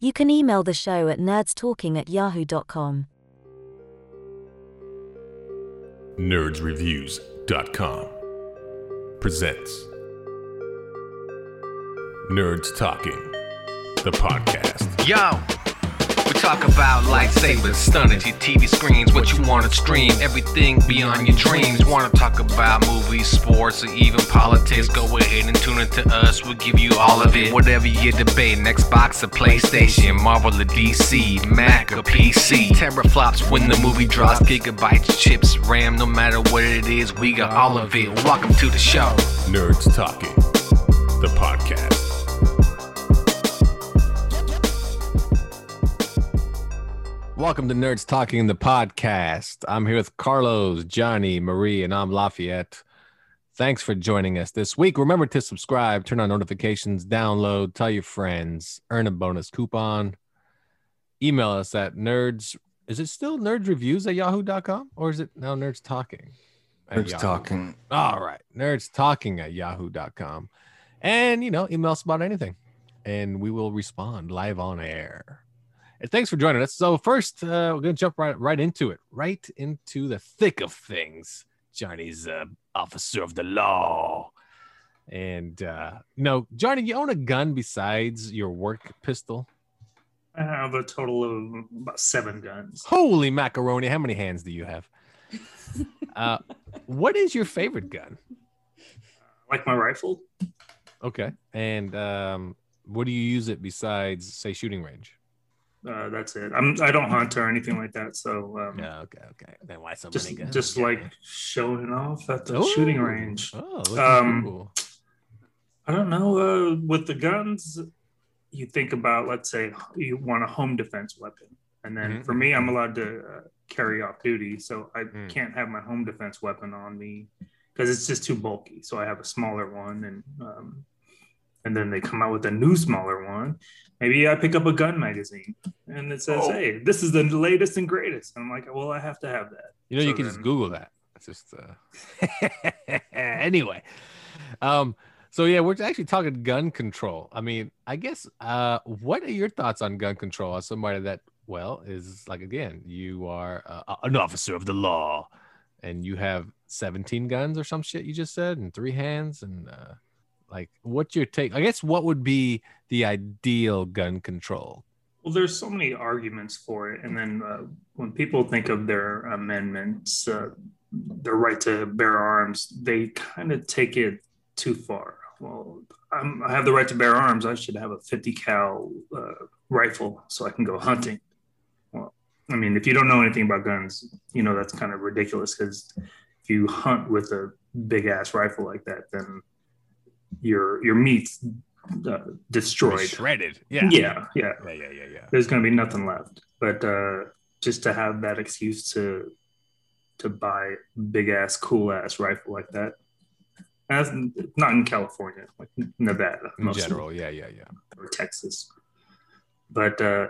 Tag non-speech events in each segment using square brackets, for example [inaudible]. You can email the show at nerdstalking at yahoo.com. nerdsreviews.com presents Nerds Talking, the podcast. Yo, we talk about lightsabers, stunners, your TV screens, what you wanna stream, everything beyond your dreams. Wanna talk about movies, sports, or even politics? Go ahead and tune in to us, we'll give you all of it. Whatever you debate, Xbox or PlayStation, Marvel or DC, Mac or PC. Teraflops when the movie drops, gigabytes, chips, RAM, no matter what it is, we got all of it. Welcome to the show. Nerds Talking, the podcast. Welcome to Nerds Talking the podcast. I'm here with Carlos, Johnny, Marie, and I'm Lafayette. Thanks for [laughs] joining us this week. Remember to subscribe, turn on notifications, download, tell your friends, earn a bonus coupon. Email us at nerds. Is it still nerdsreviews at yahoo.com or is it now nerds talking? at Nerds Yahoo? talking. All right. Nerds talking at yahoo.com. And, you know, email us about anything and we will respond live on air. And thanks for joining us. So, first, uh, we're going to jump right, right into it, right into the thick of things. Johnny's uh, officer of the law. And, uh, you know, Johnny, you own a gun besides your work pistol? I have a total of about seven guns. Holy macaroni. How many hands do you have? uh, what is your favorite gun? Like my rifle, Okay. And um, what do you use it besides, say, shooting range? uh, that's it. I'm I don't hunt or anything like that. So um, Yeah. Okay. Okay. Then why so just many guns? just like showing off at the Ooh. shooting range. Oh, look at Um, you. I don't know. Uh, with the guns, you think about let's say you want a home defense weapon, and then Mhm. for me, I'm allowed to uh, carry off duty, so I Mm. can't have my home defense weapon on me because it's just too bulky. So I have a smaller one, and um, and then they come out with a new smaller one. Maybe I pick up a gun magazine, and it says, Oh. "Hey, this is the latest and greatest." And I'm like, "Well, I have to have that." You know, you so can just then- Google that. It's just uh... [laughs] anyway. Um. So yeah, we're actually talking gun control. I mean, I guess. Uh, what are your thoughts on gun control as somebody that, well, is like again, you are uh, an officer of the law, and you have 17 guns or some shit you just said, and three hands, and uh, like, what's your take? I guess what would be the ideal gun control? Well, there's so many arguments for it, and then uh, when people think of their amendments, uh, their right to bear arms, they kind of take it too far. Well, I'm, I have the right to bear arms. I should have a 50 cal uh, rifle so I can go hunting. Well, I mean, if you don't know anything about guns, you know that's kind of ridiculous because if you hunt with a big ass rifle like that, then your your meat's uh, destroyed. Shredded. Yeah. Yeah, yeah, yeah Yeah. Yeah. Yeah. yeah. there's going to be nothing left. But uh, just to have that excuse to to buy big ass, cool ass rifle like that, that's not in California, like Nevada, In mostly, general. Yeah. Yeah. Yeah. or Texas. But uh,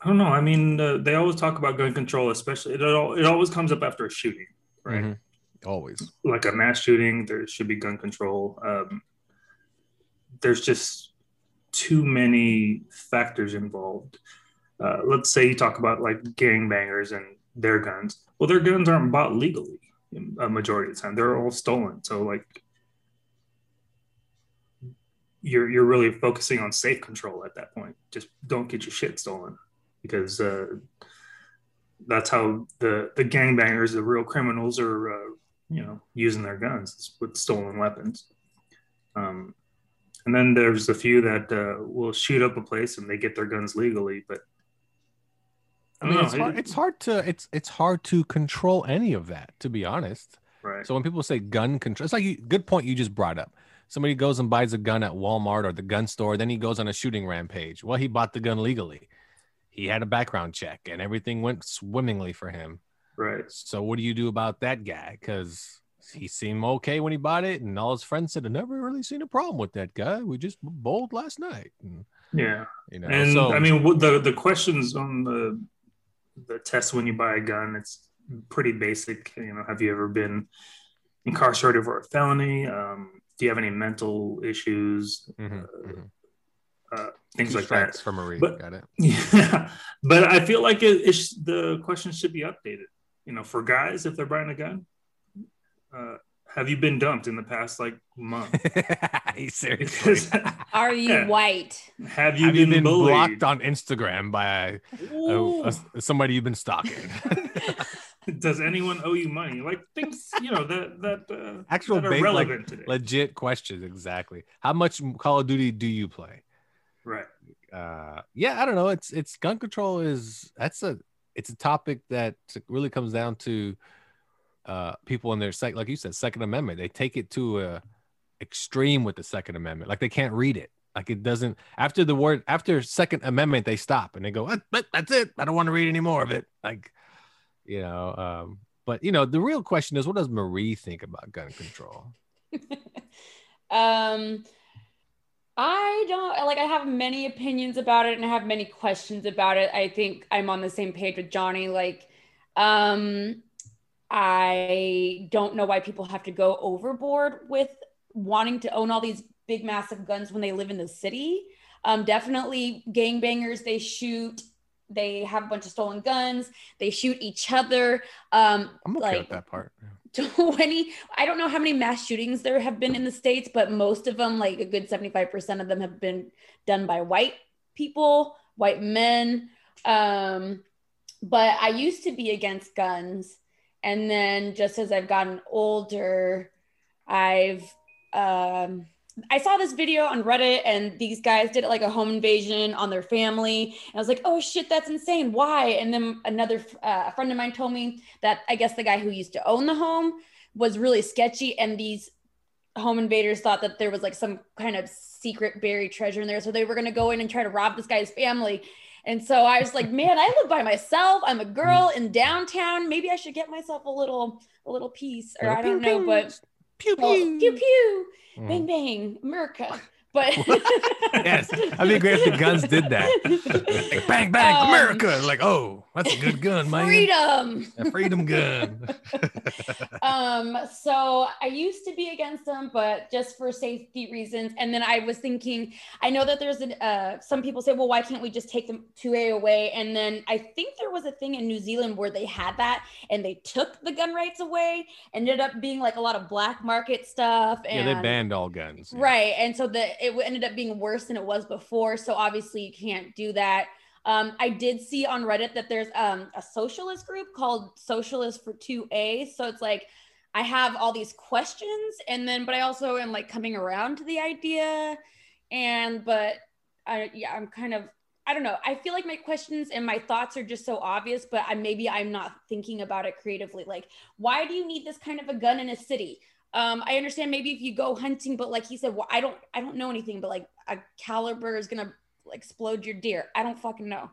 I don't know. I mean, uh, they always talk about gun control, especially it. All, it always comes up after a shooting, right? Mhm. Always. like a mass shooting, there should be gun control. Um, there's just too many factors involved. Uh, let's say you talk about like gangbangers and their guns. Well, their guns aren't bought legally a majority of the time. They're all stolen. So like you're you're really focusing on safe control at that point. Just don't get your shit stolen because uh, that's how the the gangbangers, the real criminals, are uh, you know using their guns with stolen weapons. Um, and then there's a few that uh, will shoot up a place and they get their guns legally, but I mean, don't it's know, hard, it- it's hard to it's it's hard to control any of that, to be honest. right. So when people say gun control, it's like you, good point you just brought up. Somebody goes and buys a gun at Walmart or the gun store, then he goes on a shooting rampage. Well, he bought the gun legally. He had a background check, and everything went swimmingly for him. right. So what do you do about that guy? Because he seemed okay when he bought it, and all his friends said, "I never really seen a problem with that guy. We just bowled last night." And, Yeah. you know, And so I mean, what the the questions on the the test when you buy a gun, it's pretty basic. You know, have you ever been incarcerated for a Mm-hmm. felony? Um, do you have any mental issues? mhm, mhm. things Two like that. strikes for Marie. But- Got it. [laughs] Yeah, but I feel like it, it sh- the question should be updated. You know, for guys, if they're buying a gun, uh, have you been dumped in the past like [laughs] month? [laughs] Because Seriously. Are you [laughs] Yeah. white? have you You've been, been, bullied? blocked on Instagram by a, a- a- somebody you've been [laughs] stalking. [laughs] Does anyone owe you money? Like things, you know, that that uh, [laughs] Actual that are bank, like, relevant today, Legit questions, exactly. How much Call of Duty do you play? right? uh yeah i don't know it's it's gun control is that's a it's a topic that really comes down to uh people in their sec like you said second amendment they take it to a extreme with the second amendment like they can't read it like it doesn't after the word after second amendment they stop and they go "That- that- that's it i don't want to read any more of it like you know um but you know the real question is what does marie think about gun control [laughs] um i don't like i have many opinions about it and i have many questions about it i think i'm on the same page with johnny like um i don't know why people have to go overboard with wanting to own all these big massive guns when they live in the city um definitely gangbangers they shoot they have a bunch of stolen guns they shoot each other um i'm okay like with that part [laughs] 20 i don't know how many mass shootings there have been in the states but most of them like a good 75% of them have been done by white people white men um but i used to be against guns and then just as i've gotten older i've um I saw this video on Reddit and these guys did like a home invasion on their family. And I was like, oh shit, that's insane. Why? And then another uh, a friend of mine told me that I guess the guy who used to own the home was really sketchy, and these home invaders thought that there was like some kind of secret buried treasure in there, so they were gonna go in and try to rob this guy's family. And so I was like, man, I live by myself. I'm a girl in downtown. Maybe I should get myself a little a little piece, or I don't know, but pew well, pew, pew pew, Mhm. bang bang, America. [laughs] But yes, I'd be great if the guns did that. Like, bang bang, Um, America! Like, oh, that's a good gun, man. Freedom. A freedom gun. um so i used to be against them but just for safety reasons and then i was thinking i know that there's an, uh some people say well why can't we just take them 2a away and then i think there was a thing in new zealand where they had that and they took the gun rights away ended up being like a lot of black market stuff yeah, and they banned all guns. yeah. Right. And so the it w- ended up being worse than it was before. So obviously you can't do that. Um, I did see on Reddit that there's um, a socialist group called Socialist for 2A. So it's like I have all these questions and then but I also am like coming around to the idea and but I yeah, I'm kind of I don't know. I feel like my questions and my thoughts are just so obvious, but I maybe I'm not thinking about it creatively. Like, why do you need this kind of a gun in a city? um i understand maybe if you go hunting but like he said well i don't i don't know anything but like a caliber is gonna explode your deer i don't fucking know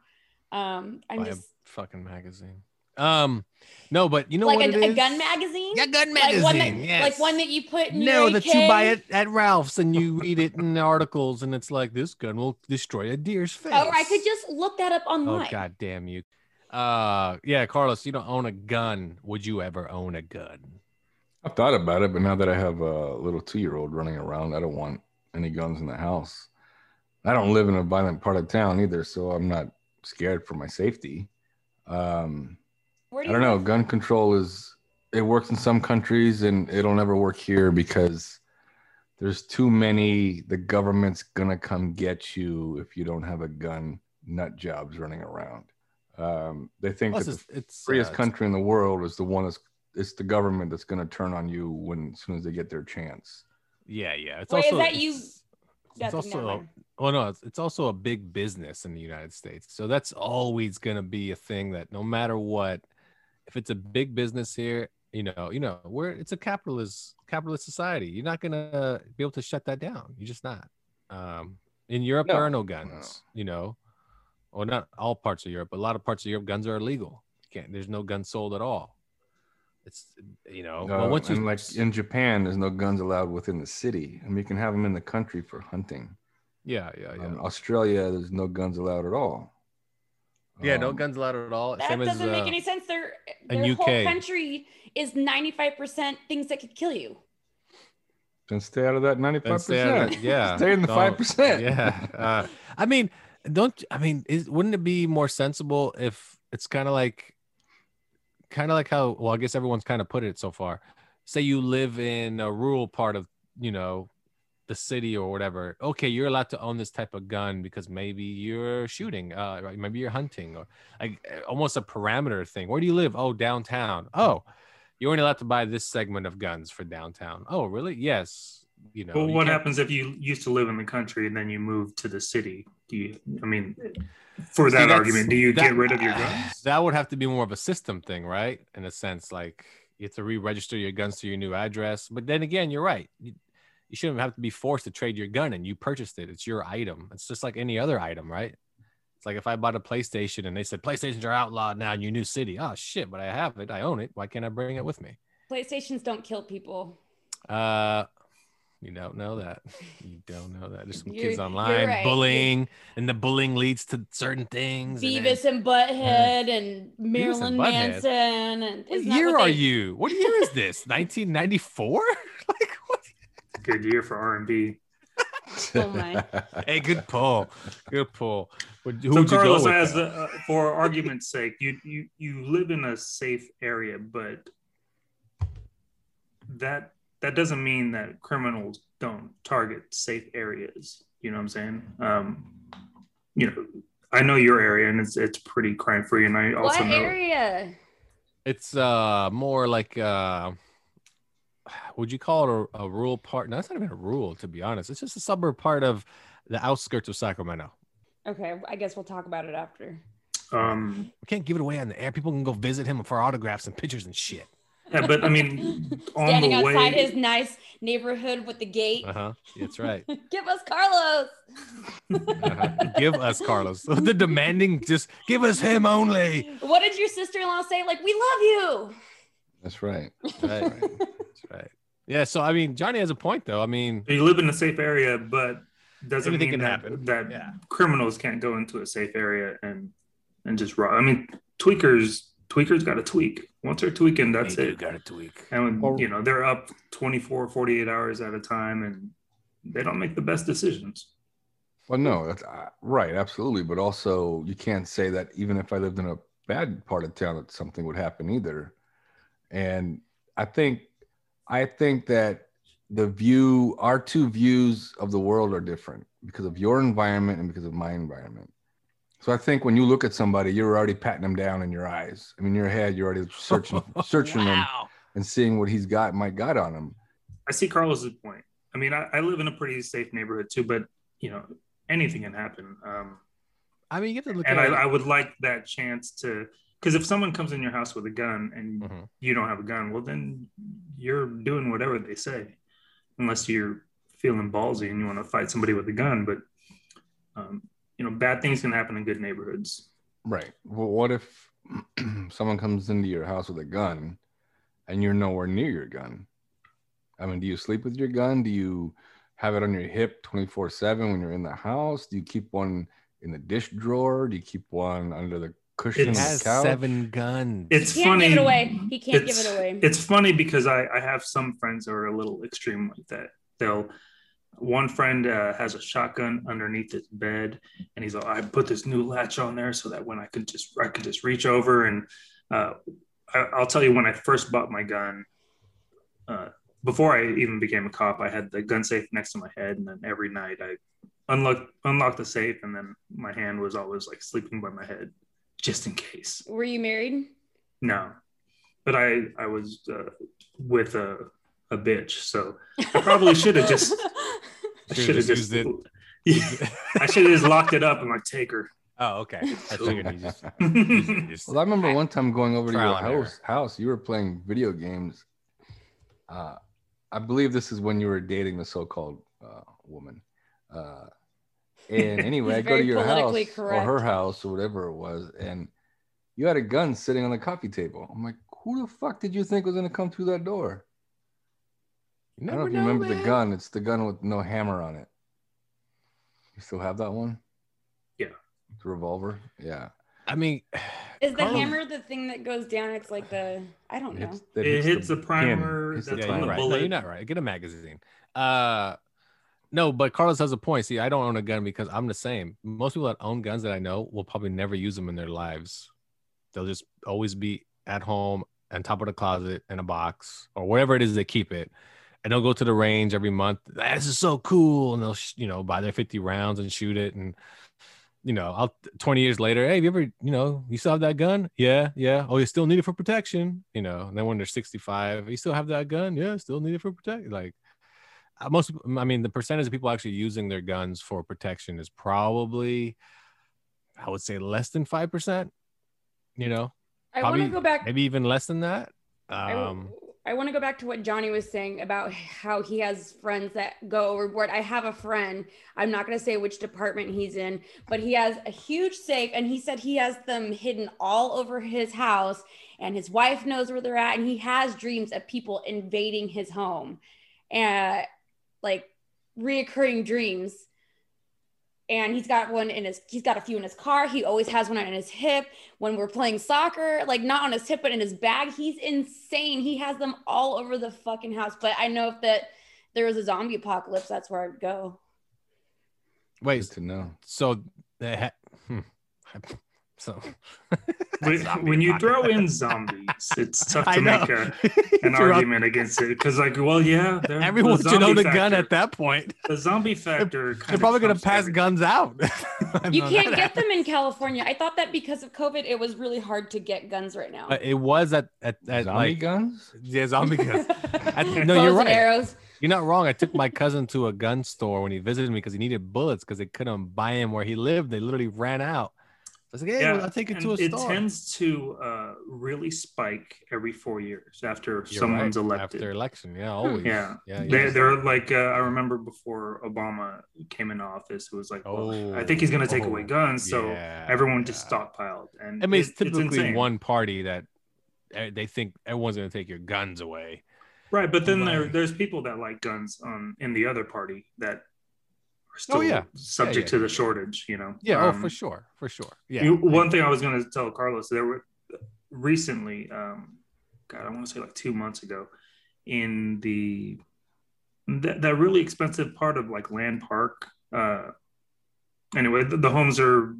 um i'm By a just fucking magazine. Um, no, but you know like what? a, it a is? gun magazine Yeah, gun like magazine. one that yes. like one that you put in no, your that AK. you buy it at Ralph's and you read it in articles, and it's like this gun will destroy a deer's face. Oh, or i could just look that up online Oh god damn you. Uh, yeah, Carlos, you don't own a gun. Would you ever own a gun? I've thought about it, but now that I have a little two year old running around, I don't want any guns in the house. I don't live in a violent part of town either, so I'm not scared for my safety. Um, Where I do don't you know. live? Gun control is, it works in some countries and it'll never work here because there's too many, the government's going to come get you if you don't have a gun, nut jobs running around. Um, they think Plus, that the it's, it's uh, freest it's- country in the world is the one that's it's the government that's going to turn on you when as soon as they get their chance. Yeah, yeah. It's Wait, is also that you- It's, That's- it's never also mind. oh no, it's, it's also a big business in the United States. So that's always going to be a thing that no matter what, if it's a big business here, you know, you know, we're it's a capitalist capitalist society. You're not going to be able to shut that down. You're just not. Um, in Europe, there No, are no guns. You know, or not all parts of Europe. but A lot of parts of Europe, guns are illegal. You can't. There's no guns sold at all. It's you know. Oh, well, Uh, once you and like in Japan, there's no guns allowed within the city, and you can have them in the country for hunting. yeah, yeah, Oh, yeah. Um, Australia, there's no guns allowed at all. Yeah, no Um, guns allowed at all. that Same as, doesn't make uh, any sense their in their whole UK. country is 95% things that could kill you Then stay out of that And 95%. stay out of it. [laughs] Yeah. Stay in the Don't- [laughs] 5%. Yeah. [laughs] Uh, I mean, don't I mean, is, wouldn't it be more sensible if it's kind of like, kind of like how, well, I guess everyone's kind of put it so far. Say you live in a rural part of, you know, the city or whatever. Okay, you're allowed to own this type of gun because maybe you're shooting, uh, right, maybe you're hunting or like uh, almost a parameter thing. Where do you live? Oh, downtown. Oh, you weren't allowed to buy this segment of guns for downtown. Oh, really? Yes. You know, well, you what can't- happens if you used to live in the country and then you move to the city? Do you? I mean, for See, that that's- argument, do you that- get [sighs] rid of your guns? That would have to be more of a system thing, right? In a sense, like you have to re-register your guns to your new address. But then again, you're right. You, you shouldn't have to be forced to trade your gun, and you purchased it. It's your item. It's just like any other item, right? It's like if I bought a PlayStation and they said PlayStations are outlawed now in your new city. Oh shit! But I have it. I own it. Why can't I bring it with me? PlayStations don't kill people. Uh, you don't know that. [laughs] You don't know that. There's some You're- kids you're online right. bullying, and the bullying leads to certain things. and then- Beavis and Butthead and Marilyn Uh, Butthead? Manson. And What isn't that year what are they- you? What year is this? 1994? like what? Good year for R and B. [laughs] Oh my. Hey, good pull. Good pull. Would, who So would you go Carlos, with? as though? the, uh, for argument's sake, you you you live in a safe area, but that that doesn't mean that criminals don't target safe areas. You know what I'm saying? Um, you know, I know your area, and it's it's pretty crime free, and I also What know. area? It's uh more like uh would you call it a, a rural part? No, it's not even a rural to be honest. It's just a suburb part of the outskirts of Sacramento. Okay, I guess we'll talk about it after. Um, We can't give it away on the air. People can go visit him for autographs and pictures and shit. yeah, but I [laughs] mean, on Standing the outside way, his nice neighborhood with the gate. Uh-huh. That's right. [laughs] Give us Carlos. Uh-huh. give us Carlos. [laughs] the demanding just give us him only. What did your sister-in-law say? Like, we love you. That's right. Right. That's right. Yeah, so I mean Johnny has a point though. I mean you live in a safe area, but doesn't Anything mean can that happen. that Yeah. criminals can't go into a safe area and and just rob. I mean, tweakers tweakers got to tweak. Once they're tweaking, that's it. got a tweak. And Or- you know they're up 24, 48 hours at a time, and they don't make the best decisions. Well, no, that's uh, right. Absolutely. But also, you can't say that even if I lived in a bad part of town, that something would happen either. And I think, I think that the view, our two views of the world are different because of your environment and because of my environment. So I think when you look at somebody, you're already patting them down in your eyes. I mean, in your head, you're already searching, searching them and seeing what he's got, might got on him. I see Carlos's point. I mean, I, I live in a pretty safe neighborhood too, but you know anything can happen. Um, I mean, you have to look and I, at it. I would like that chance to because if someone comes in your house with a gun and Mhm. you don't have a gun, well then you're doing whatever they say, unless you're feeling ballsy and you want to fight somebody with a gun. But um, you know, bad things can happen in good neighborhoods. Right. Well, what if [clears throat] someone comes into your house with a gun and you're nowhere near your gun? I mean, do you sleep with your gun? Do you have it on your hip 24 7 when you're in the house? Do you keep one in the dish drawer? Do you keep one under the cushion? He It's- on the has couch? seven guns. He It's can't funny. give it away. He can't it's, give it away. It's funny because I, I have some friends that are a little extreme like that. They'll one friend uh, has a shotgun underneath his bed, and he's like, "I put this new latch on there so that when I could just I could just reach over." And uh, I, I'll tell you, when I first bought my gun, uh, before I even became a cop, I had the gun safe next to my head, and then every night I unlocked unlocked the safe, and then my hand was always like sleeping by my head, just in case. Were you married? No, but I I was uh, with a a bitch, so I probably should have just I Should've should have just just, used it. [laughs] Yeah, I should have just locked it up and like take her. [laughs] oh, okay. I figured you just, you yeah, just- Well, I remember one time going over to your Trial and error. house. House, you were playing video games. Uh, I believe this is when you were dating the so-called uh, woman. Uh, and anyway, He's I go to very your house politically or her correct. house or whatever it was, and you had a gun sitting on the coffee table. I'm like, who the fuck did you think was gonna come through that door? You I don't know never if you remember the man. gun. It's the gun with no hammer on it. You still have that one? Yeah. The revolver. Yeah. I mean, [laughs] Is the Carlos- hammer the thing that goes down? It's like the I don't know. It's- that It hits the pin, primer, hits the that's yeah, on you're the right. bullet. No, you're not right. Get a magazine. Uh, no, but Carlos has a point. See, I don't own a gun because I'm the same. Most people that own guns that I know will probably never use them in their lives. They'll just always be at home on top of the closet in a box or wherever it is they keep it. And they'll go to the range every month. "Ah, This is so cool. And they'll, sh- you know, buy their 50 rounds and shoot it. And, you know, I'll 20 years later, hey, have you ever, you know, you still have that gun? Yeah, yeah. Oh, you still need it for protection, you know. And then when they're 65, you still have that gun? Yeah, still need it for protection. Like uh, most, I mean, the percentage of people actually using their guns for protection is probably, I would say, less than five percent. You know, I want to probably- go back. maybe even less than that. I w- Um, I want to go back to what Johnny was saying about how he has friends that go overboard. I have a friend. I'm not going to say which department he's in, but he has a huge safe and he said he has them hidden all over his house and his wife knows where they're at and he has dreams of people invading his home and like reoccurring dreams. And he's got one in his, he's got a few in his car. He always has one on his hip when we're playing soccer, like not on his hip, but in his bag. He's insane. He has them all over the fucking house. But I know if that there was a zombie apocalypse, that's where I'd go. Good wait, to know. so they ha- hmm. so [laughs] When, Zombie when you throw in apocalypse. zombies, [laughs] it's tough I to make know. a, [laughs] You're an up- argument against it because, like, well, yeah, they're- the Everyone should own zombie a gun factor- at that [laughs] point. The zombie They're factor. kinda probably going to trumps pass everything. guns out. [laughs] You can't get them in California. I thought that because of COVID, it was really hard to get guns right now. Uh, it was at at, at Zombie like guns? yeah, zombie [laughs] [laughs] guns. no, Bows you're and right. Arrows. You're not wrong. I took my cousin to a gun store when he visited me because he needed bullets because they couldn't buy him where he lived. They literally ran out. I was like, hey, well, I'll take it and to a it store. tends to uh, really spike every four years after You're someone's right, elected. after election. Hmm. Yeah, always. yeah. yeah. They're, yeah. they're like, uh, I remember before Obama came into office, it was like, well, I think he's going to take away Oh, guns. So Yeah, everyone yeah. just stockpiled. And I mean, it's it- typically insane. one party that uh, they think everyone's going to take your guns away. Right. But then there, Right. there's people that like guns um, in the other party that are still Oh, yeah. subject yeah, to the yeah. shortage, you know? Yeah, oh, Um, for sure, for sure. Yeah, You- one thing I was going to tell Carlos, there were recently, um, God, I want to say like two months ago, in the that, that really expensive part of like Land Park. Uh, anyway, the, the homes are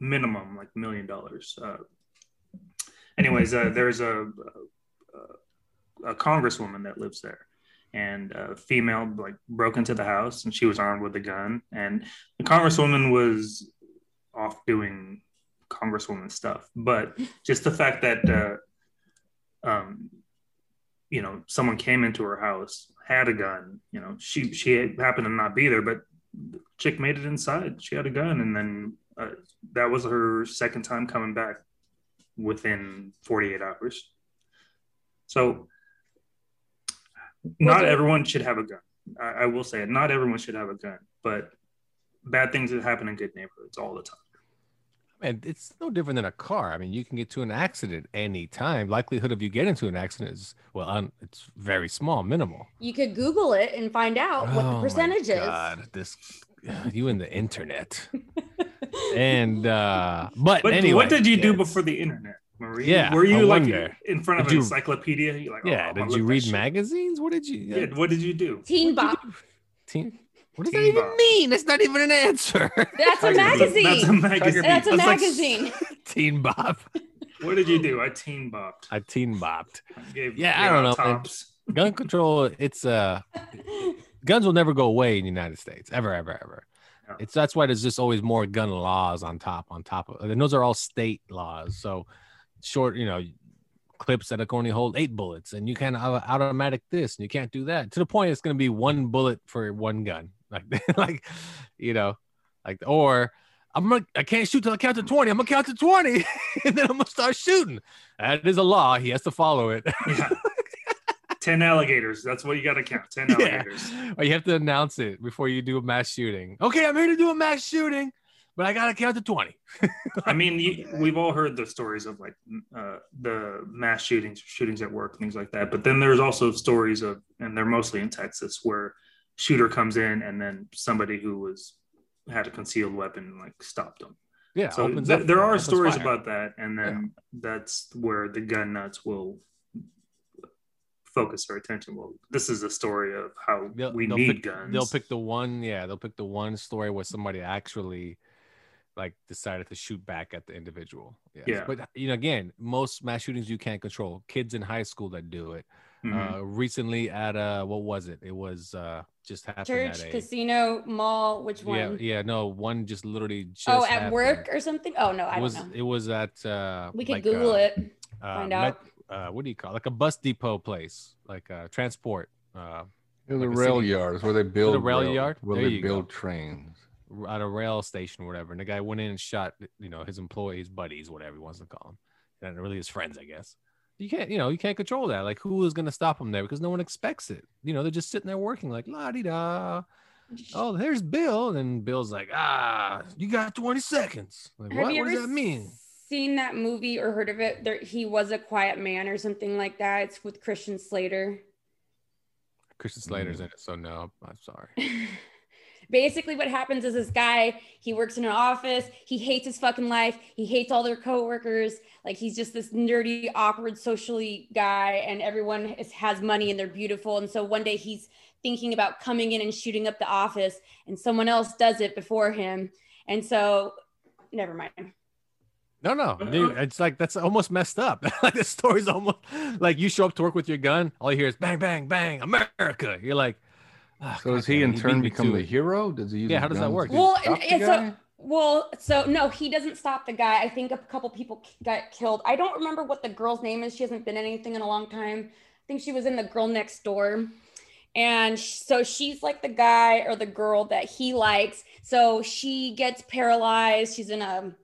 minimum like million dollars. Uh, anyways, uh, there's a, a a congresswoman that lives there. And a female like broke into the house, and she was armed with a gun. And the congresswoman was off doing congresswoman stuff but just the fact that uh, um, you know someone came into her house had a gun you know she she happened to not be there but the chick made it inside she had a gun and then uh, that was her second time coming back within 48 hours so not everyone should have a gun I, I will say it not everyone should have a gun but bad things that happen in good neighborhoods all the time And it's no different than a car. I mean, you can get to an accident any time. Likelihood of you getting into an accident is well, un, it's very small, minimal. You could Google it and find out what Oh the my percentage [laughs] is. God, this [sighs] you and the internet. And uh but, But anyway, what did you do yeah, before the internet, Marie? Yeah, were you I like wonder. in front of Did an you- encyclopedia? You're like, oh, I Yeah, wanna did you look that read shit. magazines? What did you? uh, Yeah, what did you do? Teen Bop. Teen- what does that Teen even Bop. mean? That's not even an answer. [laughs] That's a Tiger Beat. magazine. That's a magazine. That's a That's like- magazine. [laughs] teen bop. What did you do? I teen bopped. I teen bopped. I gave, Yeah, I gave don't out know, man. Tops. Gun control. It's uh guns will never go away in the United States, ever, ever, ever. No. It's that's why there's just always more gun laws on top, on top of, and those are all state laws. So short, you know, clips that can only hold eight bullets, and you can't have an automatic this, and you can't do that. To the point, it's going to be one bullet for one gun, [laughs] like, like, you know, like, or I'm gonna, I can't shoot till I count to twenty. I'm gonna count to twenty, [laughs] and then I'm gonna start shooting. That is a law. He has to follow it. [laughs] Yeah. Ten alligators. That's what you got to count. Ten Yeah. alligators. Or you have to announce it before you do a mass shooting. Okay, I'm here to do a mass shooting, but I gotta count to 20. I mean, you, we've all heard the stories of like uh, the mass shootings, shootings at work, things like that. But then there's also stories of, and they're mostly in Texas, where shooter comes in and then somebody who was had a concealed weapon like stopped them. Yeah. so opens th- up- there are opens stories fire. about that and then that's where the gun nuts will focus their attention well this is a story of how They'll- we they'll need pick, guns They'll pick uh, the one, yeah, they'll pick the one story where somebody actually like decided to shoot back at the individual. Yes. Yeah. But you know, again, most mass shootings you can't control. Kids in high school that do it. Mhm. Uh, recently at uh, what was it? It was uh, just happened Church, at a casino, mall, which one? yeah, yeah, no, one just literally just oh, at happened. work or something? Oh no, I It was don't know. it was at uh, we could like, Google uh, it. uh, Find met- out. uh, what do you call it? like a bus depot place, like uh, transport. Uh, It was Like the a rail city- yard is where they build rail yard? Where There they you go. build trains. r- at a rail station or whatever. And the guy went in and shot, you know, his employees, buddies, whatever he wants to call them. And really his friends, I guess. You can't, you know, you can't control that. Like, who is going to stop him there? Because no one expects it. You know, they're just sitting there working, like, la di da. Oh, there's Bill. And then Bill's like, ah, you got 20 seconds. Like, Have what? you What ever does that mean? Seen that movie or heard of it? There, he was a quiet man or something like that. It's with Christian Slater. Christian Slater's in it. So, no, I'm sorry. [laughs] Basically, what happens is this guy, he works in an office, he hates his fucking life, he hates all their coworkers. Like, he's just this nerdy, awkward, socially guy, and everyone is, has money and they're beautiful. And so one day he's thinking about coming in and shooting up the office, and someone else does it before him. And so, never mind. No, no, Uh-huh. dude, it's like that's almost messed up. [laughs] like the story's almost like you show up to work with your gun, all you hear is bang, bang, bang, America. You're like, ah, So does goddamn, he in beat turn me become to the it. hero? Does he use Yeah, his how does that guns work? to Well, stop and- the and so- guy? Well, so no, he doesn't stop the guy. I think a couple people k- got killed. I don't remember what the girl's name is. She hasn't been in anything in a long time. I think she was in The Girl Next Door. And sh- so she's like the guy or the girl that he likes. So she gets paralyzed. She's in a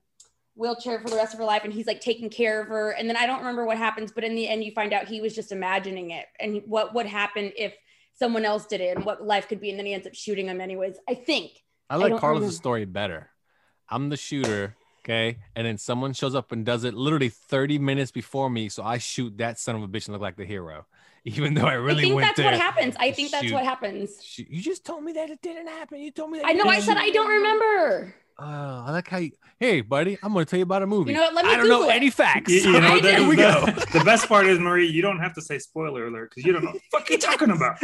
wheelchair for the rest of her life and he's like taking care of her and then i don't remember what happens but in the end you find out he was just imagining it and what would happen if someone else did it and what life could be and then he ends up shooting him anyways i think I like don't Carlos' remember. story better. I'm the shooter, okay, and then someone shows up and does it literally 30 minutes before me, so I shoot that son of a bitch and look like the hero, [laughs] even though I really I think went that's there. what happens. I to think that's shoot. what happens. Shoot- You just told me that it didn't happen. You told me that. I you know. I didn't said shoot. I don't remember. Uh, I like how you. Hey, buddy, I'm gonna tell you about a movie. know what, let me I don't know Google it. any facts. You- you know, I the, did. Here we go. the- the best part is Marie. You don't have to say spoiler alert because you don't know what the fuck you [laughs] talking about.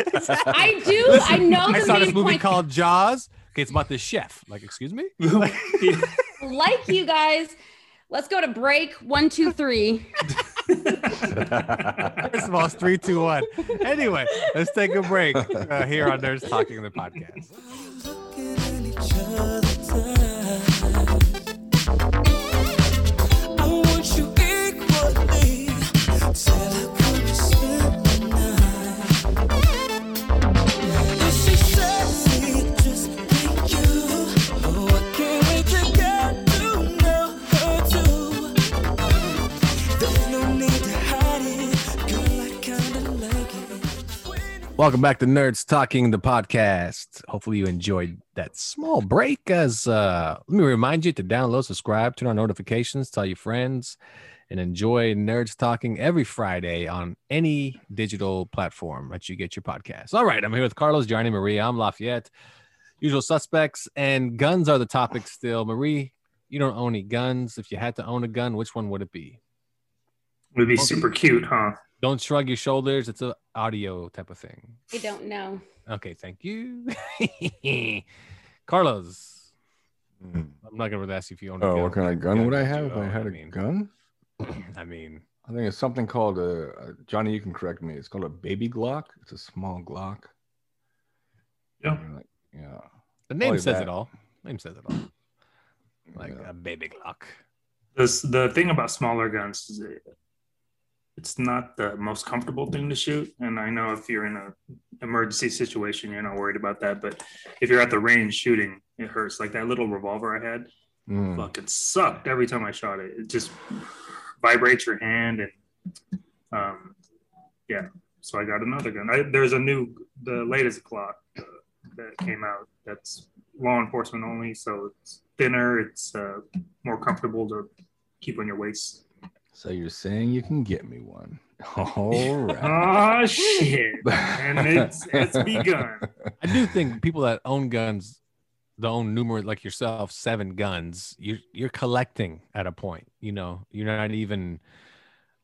I do. I know the I saw main this movie point. called Jaws. Okay, it's about this chef. Like, excuse [laughs] me? [laughs] like you guys. Let's go to break. One, two, three. First of all, it's three, two, one. Anyway, let's take a break uh, here on Nerds Talking the podcast. oh, Welcome back to Nerds Talking the podcast. Hopefully, you enjoyed that small break. As uh, let me remind you to download, subscribe, turn on notifications, tell your friends, and enjoy Nerds Talking every Friday on any digital platform that you get your podcast. All right, I'm here with Carlos, Johnny, Marie. I'm Lafayette. Usual suspects and guns are the topic still. Marie, you don't own any guns. If you had to own a gun, which one would it be? Would be super cute, huh? Don't shrug your shoulders. It's a audio type of thing. I don't know. Okay, thank you. [laughs] Carlos, Hmm. I'm not going to ask you if you own a Oh, gun. what kind of gun would I have if Oh, I had I a mean- gun? I mean, I think it's something called a uh, Johnny. You can correct me. It's called a baby Glock. It's a small Glock. Yeah. You're like, yeah. the name Probably says it that. all. Name says it all. Like uh, yeah. a baby Glock. This, the thing about smaller guns is it, it's not the most comfortable thing to shoot. And I know if you're in a emergency situation, you're not worried about that. But if you're at the range shooting, it hurts. Like that little revolver I had, Mm. fucking sucked every time I shot it. It just vibrates your hand and um, yeah. So I got another gun. I, there's a new, the latest clock uh, that came out that's law enforcement only, so it's thinner. It's uh, more comfortable to keep on [laughs] your waist. So you're saying you can get me one? All right. [laughs] [laughs] Oh shit! And it's it's begun. I do think people that own guns the own numerous like yourself seven guns you're you're collecting at a point you know you're not even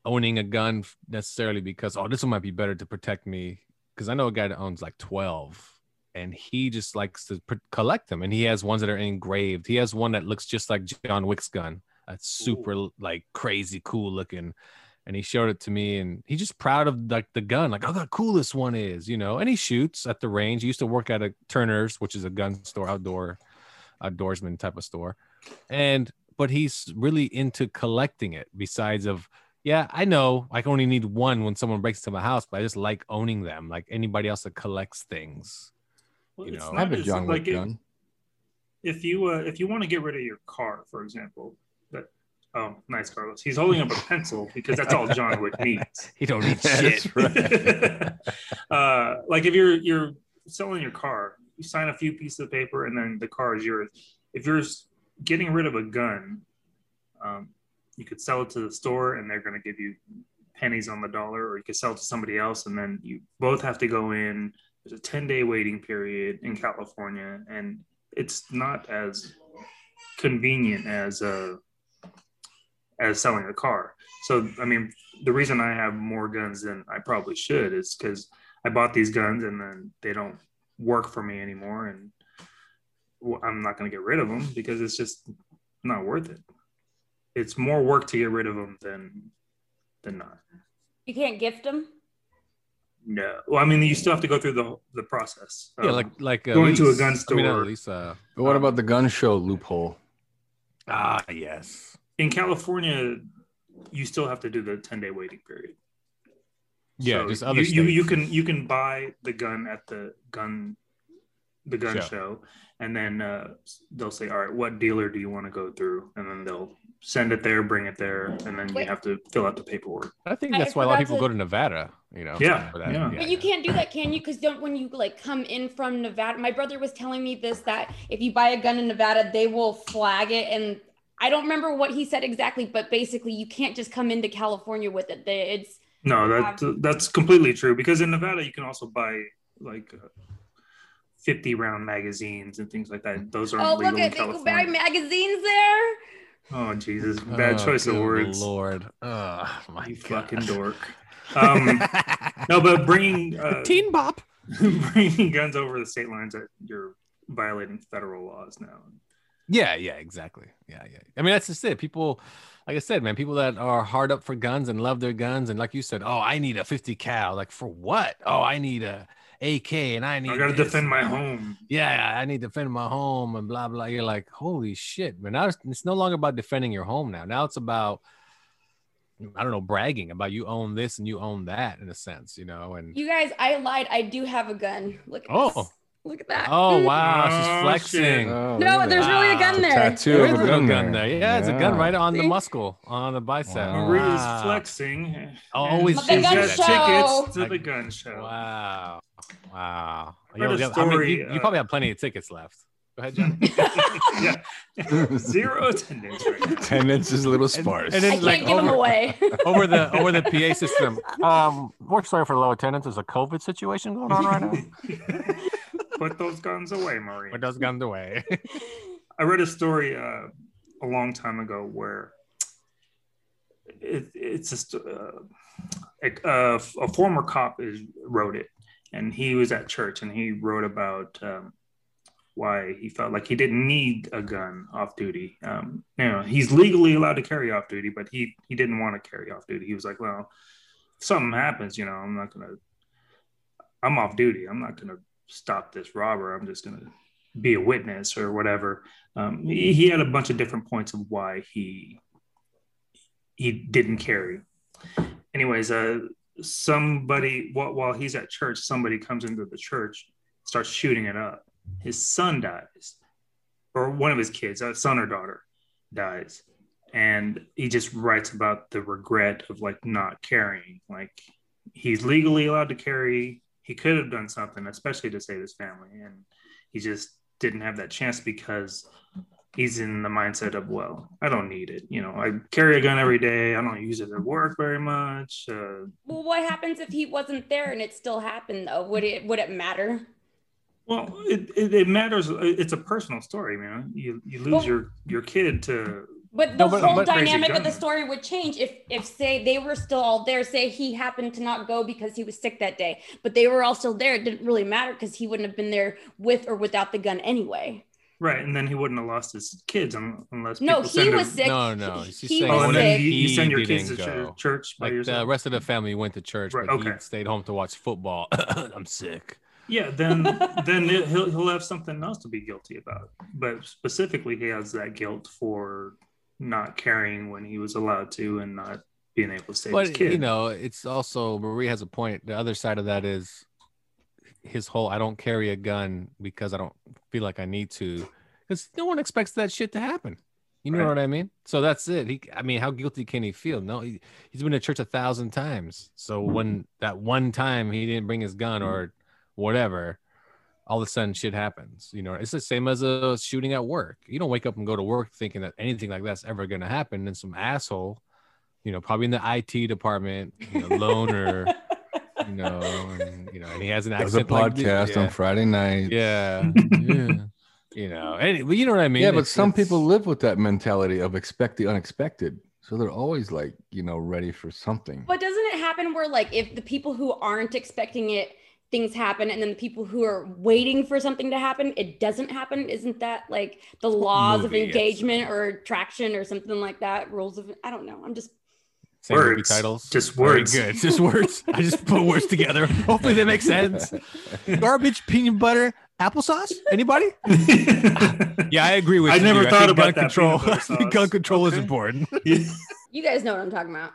owning a gun f- necessarily because oh this one might be better to protect me because i know a guy that owns like 12 and he just likes to pr- collect them and he has ones that are engraved he has one that looks just like john wick's gun that's super like crazy cool looking and he showed it to me and he's just proud of like the gun like oh the coolest one is you know and he shoots at the range he used to work at a turner's which is a gun store outdoor outdoorsman type of store and but he's really into collecting it besides of yeah i know i can only need one when someone breaks into my house but i just like owning them like anybody else that collects things [laughs] Well, You it's know, I have a it's John Wick like it- gun. if you uh, if you want to get rid of your car, for example, that oh, nice, Carlos. He's holding up a pencil because that's all John Wick needs. he [laughs] don't need shit [laughs] That's right. uh, like if you're you're selling your car, you sign a few pieces of paper, and then the car is yours. If you're s- getting rid of a gun, um, you could sell it to the store, and they're going to give you pennies on the dollar, or you could sell it to somebody else, and then you both have to go in. There's a ten day waiting period in California, and it's not as convenient as uh, as selling a car. So I mean, the reason I have more guns than I probably should is because I bought these guns and then they don't work for me anymore, and well, I'm not going to get rid of them because it's just not worth it. It's more work to get rid of them than than not. You can't gift them. No, well, I mean, you still have to go through the the process. [laughs] yeah Um, like like uh, Going to a Elise. gun I mean, not store. Elise, uh, But what about the gun show loophole? ah yes in California, you still have to do the ten day waiting period. yeah So just other you, you, you states. can you can buy the gun at the gun the gun Show. show, and then uh, they'll say, all right, what dealer do you want to go through? And then they'll send it there, bring it there, and then you Wait. have to fill out the paperwork. I think I that's why a lot of forgot people to- go to Nevada. You know, Yeah, for that. yeah. But you can't do that, can you? Because don't when you like come in from Nevada. My brother was telling me this that if you buy a gun in Nevada, they will flag it, and I don't remember what he said exactly, but basically you can't just come into California with it. They- It's No, that that's completely true because in Nevada you can also buy like uh, fifty round magazines and things like Mm. that. Those aren't oh legal look in at they go buy California. magazines there. oh Jesus, bad Oh, choice of good words. Lord, oh my You God. [laughs] fucking dork. Um, no, but bringing uh, Teen Bop. [laughs] bringing guns over the state lines that you're violating federal laws now. Yeah, yeah, exactly. Yeah, yeah. I mean, that's just it. People, like I said, man, people that are hard up for guns and love their guns, and like you said, oh, I need a fifty cal. Like for what? Oh, I need a AK, and I need. I got to this. defend my home. Yeah, I need to defend my home and blah blah. You're like, holy shit, man. Now it's, it's no longer about defending your home now. Now it's about, I don't know, bragging about you own this and you own that in a sense, you know. And You guys, I lied. I do have a gun. Look. At Oh. this. Look at that. oh Mm. wow, Oh, she's flexing. shit. Oh, No, look at there's that. really a Wow. gun there. Tattoo There of is a little gun there. Yeah, it's a gun Yeah. right on the See? muscle on the bicep. Wow. Marie is Wow. flexing. Always And The she's gun got show. tickets to the gun show. Wow. Wow. I You, read a don't- how many- story, you- you uh, probably have plenty of tickets left. Go ahead, John. [laughs] yeah. [laughs] Zero attendance right now. Attendance is a little sparse. and I then- can't like, oh. give them over- [laughs] away. [laughs] over the over the PA system. Um, we're sorry for the low attendance. There's a COVID situation going on right now. [laughs] Put those guns away, Marie. But those guns away. I read a story uh, a long time ago where it, it's just uh, a, a, a former cop is wrote it, and he was at church and he wrote about um, why he felt like he didn't need a gun off duty. Um, you know, he's legally allowed to carry off duty, but he he didn't want to carry off duty. He was like, well, if something happens, you know, I'm not gonna, I'm off duty. I'm not gonna stop this robber. I'm just gonna be a witness or whatever. Um, he, he had a bunch of different points of why he he didn't carry. Anyways, uh, somebody while, while he's at church, somebody comes into the church, starts shooting it up. His son dies, or one of his kids, a son or daughter, dies, and he just writes about the regret of like not carrying. Like he's legally allowed to carry. He could have done something, especially to save his family, and he just didn't have that chance because he's in the mindset of well i don't need it you know i carry a gun every day i don't use it at work very much uh, well, what happens if he wasn't there and it still happened though? Would it would it matter? Well, it, it, it matters. It's a personal story, man. You you lose Well- your your kid to But the No, but- whole but- dynamic Crazy of the gun. story would change if, if say they were still all there. Say he happened to not go because he was sick that day, but they were all still there. It didn't really matter because he wouldn't have been there with or without the gun anyway. right, and then he wouldn't have lost his kids un- unless No, people he send was him- [laughs] sick. No, no, he, she's he saying Oh, was and then sick. you, you He send your kids to didn't go. chur- church by Like the yourself. rest of the family went to church, Right, but he okay. stayed home to watch football. [coughs] I'm sick. Yeah, [laughs] then then it- he'll he'll have something else to be guilty about. But specifically, he has that guilt for not caring when he was allowed to and not being able to save his But kid. you know, it's also Marie has a point. The other side of that is his whole "I don't carry a gun because I don't feel like I need to," because no one expects that shit to happen. You know Right. what I mean? So that's it. He, I mean, how guilty can he feel? No, he, he's been to church a thousand times. So when that one time he didn't bring his gun or whatever, all of a sudden shit happens. You know, it's the same as a shooting at work. You don't wake up and go to work thinking that anything like that's ever going to happen. And some asshole, you know, probably in the IT department, you know, [laughs] [laughs] loner, you know, and, you know, and he has an There's a accent. like this. podcast on Friday night. yeah, yeah, [laughs] yeah. You know, and but you know what I mean. yeah, but It's- some it's- people live with that mentality of expect the unexpected. So they're always like, you know, ready for something. But doesn't it happen where like if the people who aren't expecting it, things happen, and then the people who are waiting for something to happen, it doesn't happen? Isn't that like the laws movie of it's- engagement or attraction or something like that? Rules of I don't know. I'm just Same movie Words. titles. Just Very words. [laughs] good. Just words. I just put words together. Hopefully they make [laughs] sense. Garbage, peanut butter, applesauce. Anybody? Yeah, I agree with I you. never thought think about gun that control. peanut [laughs] butter I think sauce. gun control is Okay. important. [laughs] you guys know what I'm talking about.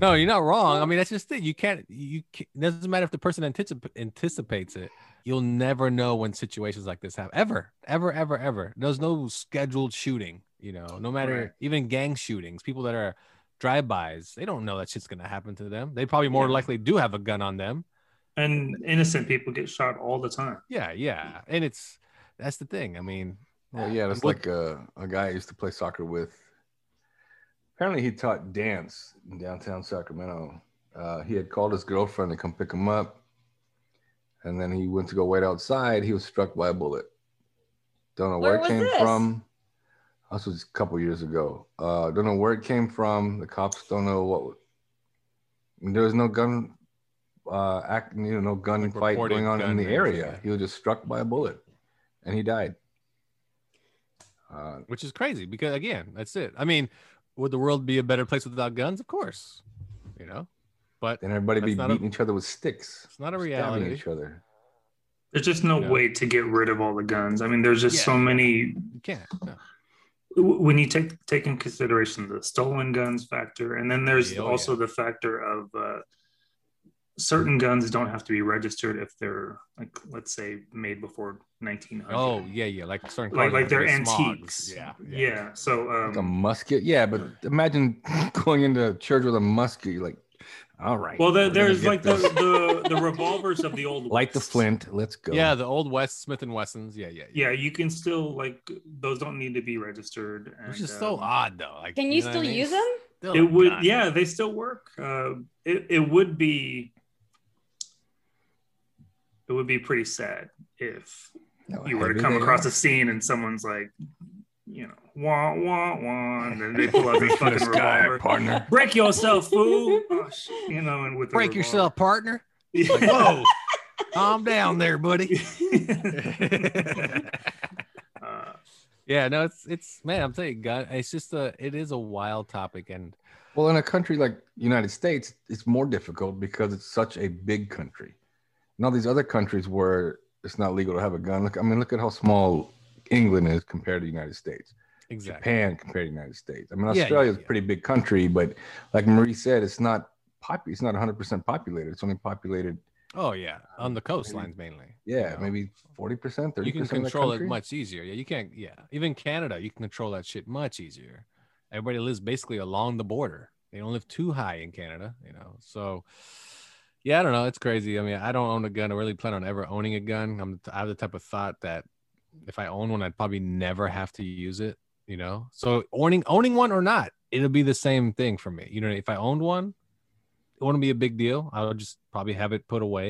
No, you're not wrong. I mean, that's just it. You can't. You can't, it doesn't matter if the person anticip- anticipates it. You'll never know when situations like this happen. Ever, ever, ever, ever. There's no scheduled shooting. You know, no matter Right. even gang shootings. People that are drive-bys, they don't know that shit's gonna happen to them. They probably more Yeah. likely do have a gun on them. and innocent people get shot all the time. Yeah, yeah. And it's that's the thing. I mean, Well, yeah, it's What- like a, a guy I used to play soccer with. Apparently, he taught dance in downtown Sacramento. Uh, he had called his girlfriend to come pick him up. And then he went to go wait outside. He was struck by a bullet. Don't know where, Where it was came this? from. This was a couple years ago. Uh, don't know where it came from. The cops don't know what. There was no gun, uh, act, you know, no gun Like fight reported going on in gun the or anything like area. that. He was just struck by a bullet, and he died. Uh, which is crazy because again, that's it. I mean, would the world be a better place without guns? Of course, you know, but and everybody be That's not a- beating each other with sticks, it's not a stabbing reality. each other. There's just no Yeah. way to get rid of all the guns. I mean, there's just Yeah. so many. You can't. [laughs] no. w- When you take take in consideration the stolen guns factor, and then there's Yeah, oh, also the factor of uh, certain guns don't have to be registered if they're like, let's say, made before 1900. Oh yeah, yeah. Like certain like cars like that they're have smogs. antiques. Yeah, yeah. So um, Like a musket, yeah. But imagine [laughs] going into church with a musket. You're like, all right. well, we're there, gonna there's get like the, this. the the revolvers of the old light the West. flint. Let's go. yeah. The old West Smith and Wessons. Yeah, yeah, Yeah, you can still like those don't need to be registered. And, Which is so um, odd though. Like, Can you, know what still I mean? use them? Still it a would gun. yeah they still work uh, it, it would be it would be pretty sad if No, you were to heavy come they across are. a scene and someone's like you know wah wah wah and then they pull [laughs] out this fucking revolver partner. break yourself [laughs] fool oh, shit, you know and with the Break yourself, partner. [laughs] Like, revolver. whoa, calm down there, [laughs] buddy. uh, [laughs] yeah, no, it's it's man. I'm telling you, gun. It's just a. It is a wild topic, and Well, in a country like United States, it's more difficult because it's such a big country. And all these other countries where it's not legal to have a gun. Look, I mean, look at how small England is compared to the United States. exactly. Japan compared to the United States. I mean, Yeah, yeah, Australia is a yeah. pretty big country, but like Marie said, it's not pop. It's not 100% populated. It's only populated, Oh yeah, on the coastlines mainly. yeah, Yeah. maybe 40%, 30%. you can of the control it country. much easier. Yeah, you can't. Yeah, even Canada, you can control that shit much easier. Everybody lives basically along the border. They don't live too high in Canada, you know. So, yeah, I don't know. It's crazy. I mean, I don't own a gun. I really plan on ever owning a gun. I'm. I have the type of thought that if I own one, I'd probably never have to use it. You know. So owning owning one or not, it'll be the same thing for me. You know, if I owned one, it wouldn't be a big deal. I would just probably have it put away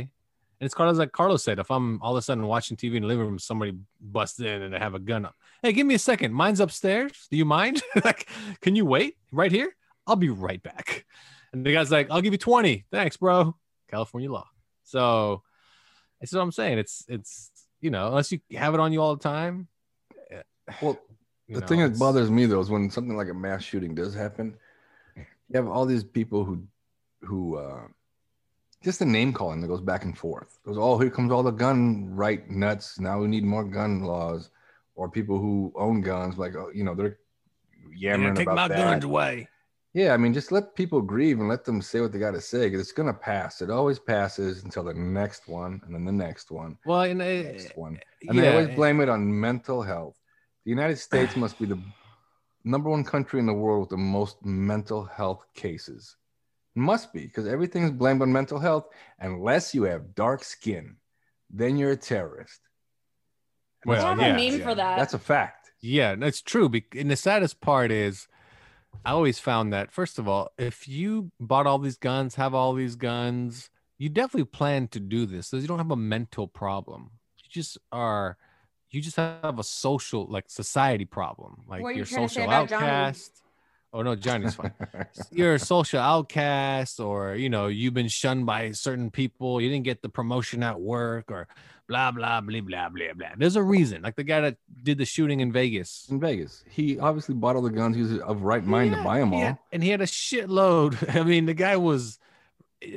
And it's Carlos, like Carlos said, if I'm all of a sudden watching TV in the living room, somebody busts in and they have a gun up. Hey, give me a second. Mine's upstairs. Do you mind? [laughs] like, can you wait right here? I'll be right back. And the guy's like, I'll give you 20. Thanks, bro. California law. So that's what I'm saying. It's, it's, you know, unless you have it on you all the time. Well, you the know, thing that it's- bothers me though is when something like a mass shooting does happen, you have all these people who, who, uh, just the name calling that goes back and forth. Goes, oh, here comes all the gun right nuts. Now we need more gun laws, or people who own guns, like oh, you know, they're yammering take about my that. guns away. Yeah, I mean, just let people grieve and let them say what they got to say. 'cause it's gonna pass. It always passes until the next one, and then the next one, Well, and the uh, next one. And they always blame it on mental health. The United States must be the number one country in the world with the most mental health cases. Must be, because everything is blamed on mental health unless you have dark skin. Then you're a terrorist. They Well, have yeah, a name for that. That's a fact. Yeah, that's true. Be- And the saddest part is, I always found that first of all, if you bought all these guns, have all these guns, you definitely plan to do this. So you don't have a mental problem. You just are. You just have a social, like society problem. Like What are you you're trying to say social about Johnny? outcast. Oh no, Johnny's [laughs] fine. you're a social outcast or you know you've been shunned by certain people you didn't get the promotion at work or blah blah blah blah blah blah there's a reason like the guy that did the shooting in vegas in Vegas, he obviously bought all the guns. He was of right mind to Yeah, buy them he all. had- and he had a shitload [laughs] i mean the guy was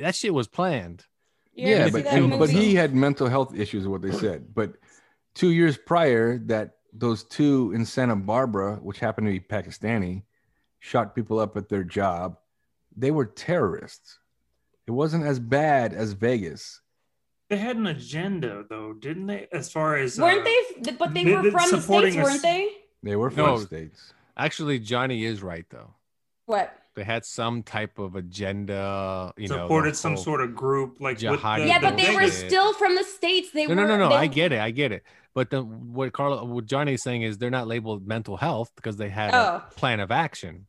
that shit was planned You yeah, ever see but that and- but movie? he had mental health issues, what they said. But two years prior, that those two in Santa Barbara, which happened to be Pakistani, shot people up at their job. They were terrorists. It wasn't as bad as Vegas. They had an agenda though, didn't they? As far as weren't uh, they? But they they- were they from the states, supporting us- weren't they? They were from No. states. actually johnny is right though What? they had some type of agenda you know oh, the supported some whole- sort of group like with jihadi the, yeah, the but they were biggest- biggest- still from the states. They no, were. no, no, no. they- I get it. I get it. But the what Carla, what Johnny's saying is they're not labeled mental health because they had Oh. a plan of action.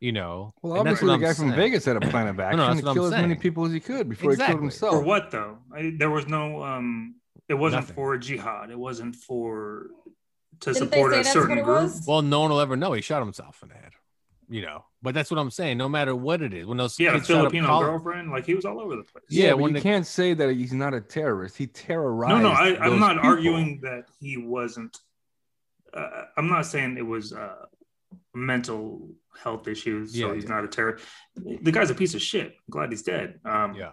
You know. Well, And that's obviously, the what guy I'm from saying. Vegas had a plan of [clears throat] action no, that's to what I'm kill as many saying. people as he could before he killed Exactly. himself. for what though? I, there was no um it wasn't Oh. Nothing. for jihad. It wasn't for to Didn't they support say a that's certain what it group. was? Well, no one will ever know. He shot himself in the head. You know. But that's what I'm saying. No matter what it is, when those He had a kids shot up Filipino college- girlfriend. Like he was all over the place. Yeah, Yeah, but when you the- can't say that he's not a terrorist. He terrorized. no, no, I, those I'm not people. arguing that he wasn't. Uh, I'm not saying it was uh, mental health issues, so Yeah, he's yeah. not a terrorist. The guy's a piece of shit. I'm glad he's dead. Um, Yeah.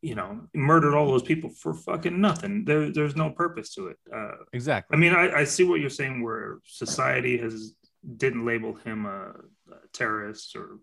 You know, murdered all those people for fucking nothing. There, there's no purpose to it. Uh, Exactly. I mean, I, I see what you're saying, where society has didn't label him a, a terrorist, or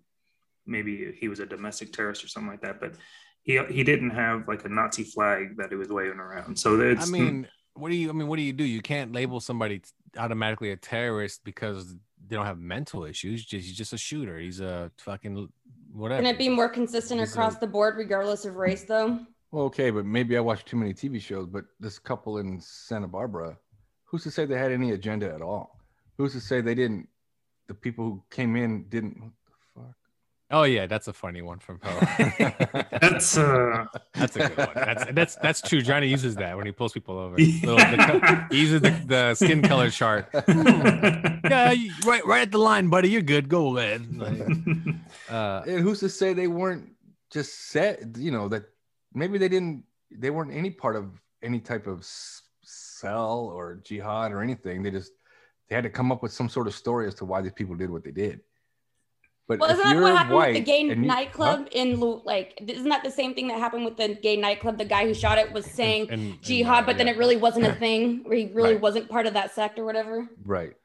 maybe he was a domestic terrorist or something like that. But he he didn't have like a Nazi flag that he was waving around. So I it's mean, what do you I mean, what do you do? You can't label somebody t- automatically a terrorist because they don't have mental issues. Just he's just a shooter. He's a fucking whatever. Can it be more consistent Is uh, it- across the board, regardless of race, though? Well, okay, but maybe I watch too many TV shows. But this couple in Santa Barbara, who's to say they had any agenda at all? Who's to say they didn't? The people who came in didn't. What Oh yeah, that's a funny one from the Poe. [laughs] [laughs] [laughs] fuck? That's uh That's a good one. That's that's that's true. Johnny uses that when he pulls people over. [laughs] Little- the co- he uses the, the skin color chart. [laughs] Yeah, you- right, right at the line, buddy. You're good. Go away. Like, uh, and Eh, who's to say they weren't just set? You know that maybe they didn't. They weren't any part of any type of s- cell or jihad or anything. They just they had to come up with some sort of story as to why these people did what they did. But Well, if isn't that what you're happened with the white gay and you- nightclub Huh? in Lu- like? Isn't that the same thing that happened with the gay nightclub? The guy who shot it was saying and- and, jihad, uh, but then yeah. it really wasn't a thing, or he really Right. wasn't part of that sect or whatever. Right,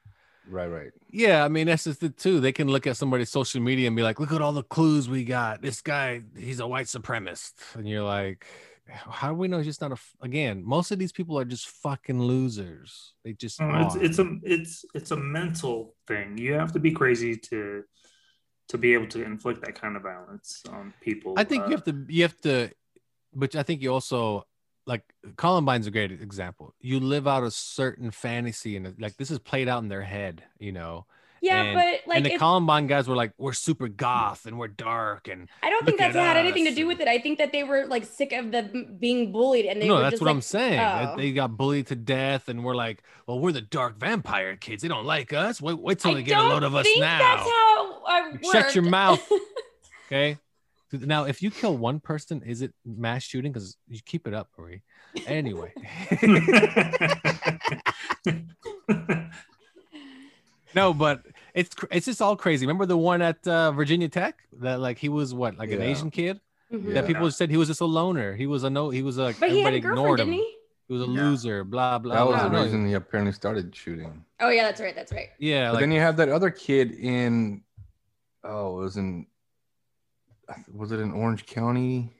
right, right. Yeah, I mean that's just it too. They can look at somebody's social media and be like, "Look at all the clues we got. This guy, he's a white supremacist," and you're like, "How do we know he's just not a?" F-? Again, most of these people are just fucking losers. They just Um, it's are. it's a it's it's a mental thing. You have to be crazy to to be able to inflict that kind of violence on people. uh, I think you have to you have to but I think you also like Columbine's a great example. You live out a certain fantasy and like this is played out in their head, you know. Yeah, And- but like and the if- Columbine guys were like, we're super goth and we're dark and I don't think look that's at had anything to us. do with it. I think that they were like sick of the being bullied and they no, were that's just what like, I'm saying. that oh. They got bullied to death, and we're like, well, we're the dark vampire kids. They don't like us. Wait, wait till I they get a load don't of us think now. That's how I worked. Shut your [laughs] mouth. okay. Now, if you kill one person, is it mass shooting? Because you keep it up, Marie. Anyway, [laughs] no, but it's cr- it's just all crazy. Remember the one at uh, Virginia Tech that like he was what like an Yeah. Asian kid Mhm. that Yeah. people said he was just a loner. He was a no. He was like But he had everybody a ignored girlfriend, him. didn't he? He was a Yeah. loser. Blah blah. That was blah. the No, reason he apparently started shooting. Oh yeah, that's right. That's right. Yeah, But like then you have that other kid in, oh, it was in, was it in Orange County?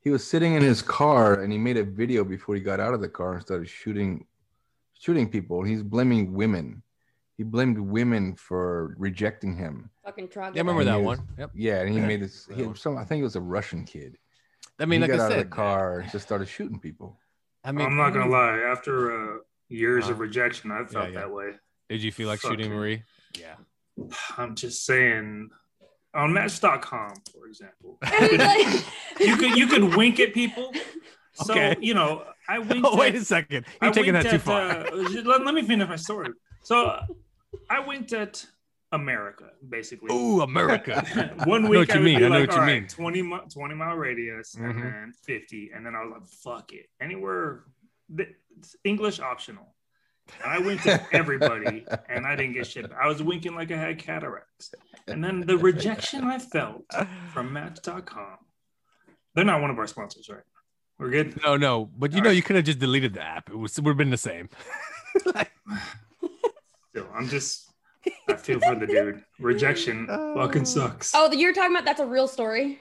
He was sitting in his car and he made a video before he got out of the car and started shooting, shooting people. He's blaming women. He blamed women for rejecting him. Fucking trog. yeah, I remember And that he one. was- Yep. Yeah, and he Yeah. made this. He, some, I think it was a Russian kid. I mean, he like got I out said, of the car and just started shooting people. I mean, I'm not gonna lie. After uh, years Uh, of rejection, I felt yeah. that way. [sighs] Did you feel like Fuck shooting you. Marie? Yeah. I'm just saying. On Match.com, for example, [laughs] you [laughs] you could you could wink at people. So Okay. you know, [laughs] I [laughs] winked. Oh, wait at- a second. I You're taking that winked too at, far. uh, let, let me finish my story. So uh, I winked at America, basically. Ooh, [laughs] America. [laughs] One know week what you I would mean. be I know like, what you all right, mean." 20, mi- 20 mile radius Mhm. and then 50. And then I was like, fuck it. Anywhere, th- it's English optional. And I [laughs] winked at everybody and I didn't get shit. I was winking like I had cataracts. And then [laughs] the rejection I felt from Match.com. They're not one of our sponsors, right? We're good. [laughs] no, no. But you All know, right. you could have just deleted the app. It was, it would have been the same. Like, Still, I'm just, I feel for the dude. [laughs] Rejection fucking sucks. Oh, you're talking about that's a real story.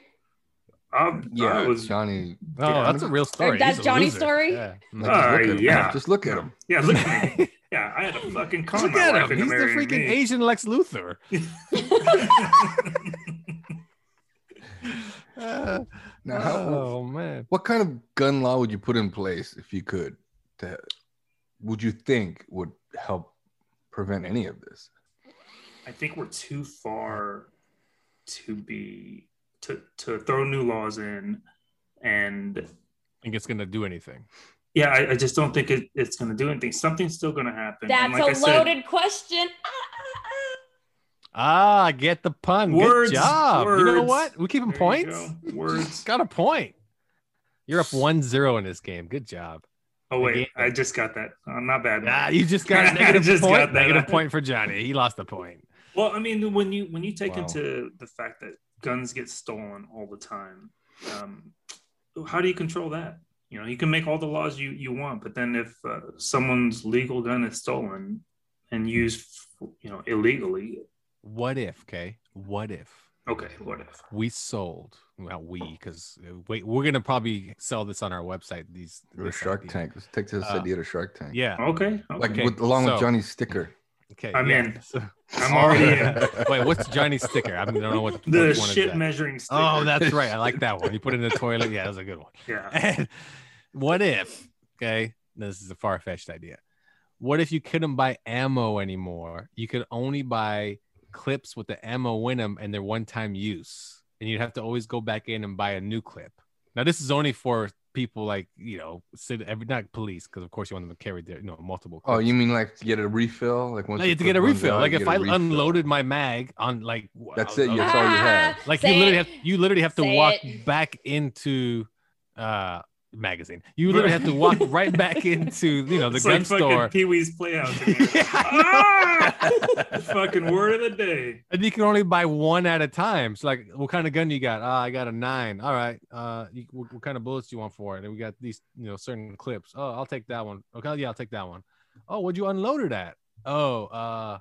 Um, Yeah, I was Johnny. oh, that's a real story. that's He's a Johnny's loser. story? Yeah. Like, Uh, just look at him. yeah. Just look at [laughs] him. Yeah, look at me. Yeah, I had a fucking con. Look my at wife him. into He's the marrying freaking me. Asian Lex Luthor. Uh, Now, how- oh, man. What kind of gun law would you put in place if you could? To, would you think would help prevent any of this? [laughs] I think we're too far to be to to throw new laws in, and think it's going to do anything. yeah, I, I just don't think it, it's going to do anything. Something's still going to happen. That's and like I a said, loaded question. Ah, ah, ah. Ah, I get the pun. Words, Good job. You know words. what? We keeping there you points. go. Just Words. got a point. You're up 1-0 in this game. Good job. Oh wait, Again. I just got that. Uh, not bad. Nah, you just got a [laughs] I negative just point. got that. negative point for Johnny. He lost a point. Well, I mean, when you when you take Wow. into the fact that guns get stolen all the time, um, how do you control that? You know, you can make all the laws you you want, but then if uh, someone's legal gun is stolen and used, you know, illegally, What if, okay? What if okay, what if? we sold? Well, we, because wait, we're gonna probably sell this on our website. These Or this Shark idea. Tank. Let's take this Uh, idea to Shark Tank. Yeah. Okay, okay. Like Okay, with, along so- with Johnny's sticker. Okay. I'm yeah. in. So- I'm already [laughs] in. wait, what's Johnny's sticker? I don't know what the which one is shit that. measuring sticker. Oh, [laughs] that's right. I like that one. You put it in the toilet. Yeah, that was a good one. [laughs] yeah. And what if, okay, now this is a far fetched idea. What if you couldn't buy ammo anymore? You could only buy clips with the ammo in them and their one time use. And you'd have to always go back in and buy a new clip. Now, this is only for people like, you know, cit- every not police, because of course you want them to carry their, you know, multiple clips. Oh, you mean like to get a refill? Like once like, your to get a clip runs refill. out, like you if get a I refill. unloaded my mag on like w- That's it, uh, That's all you have. Ah, like say you literally it. have you literally have to Say walk it. back into uh magazine. You literally have to walk right back into you know the it's gun like store. [laughs] Pee Wee's Playhouse. Yeah, again. I know. [laughs] ah! fucking word of the day. and you can only buy one at a time. So like, what kind of gun you got? Ah, I got a nine. All right. Uh, you, what, what kind of bullets do you want for it? And we got these, you know, certain clips. Oh, I'll take that one. Okay, yeah, I'll take that one. Oh, what'd you unload it at? Oh, uh,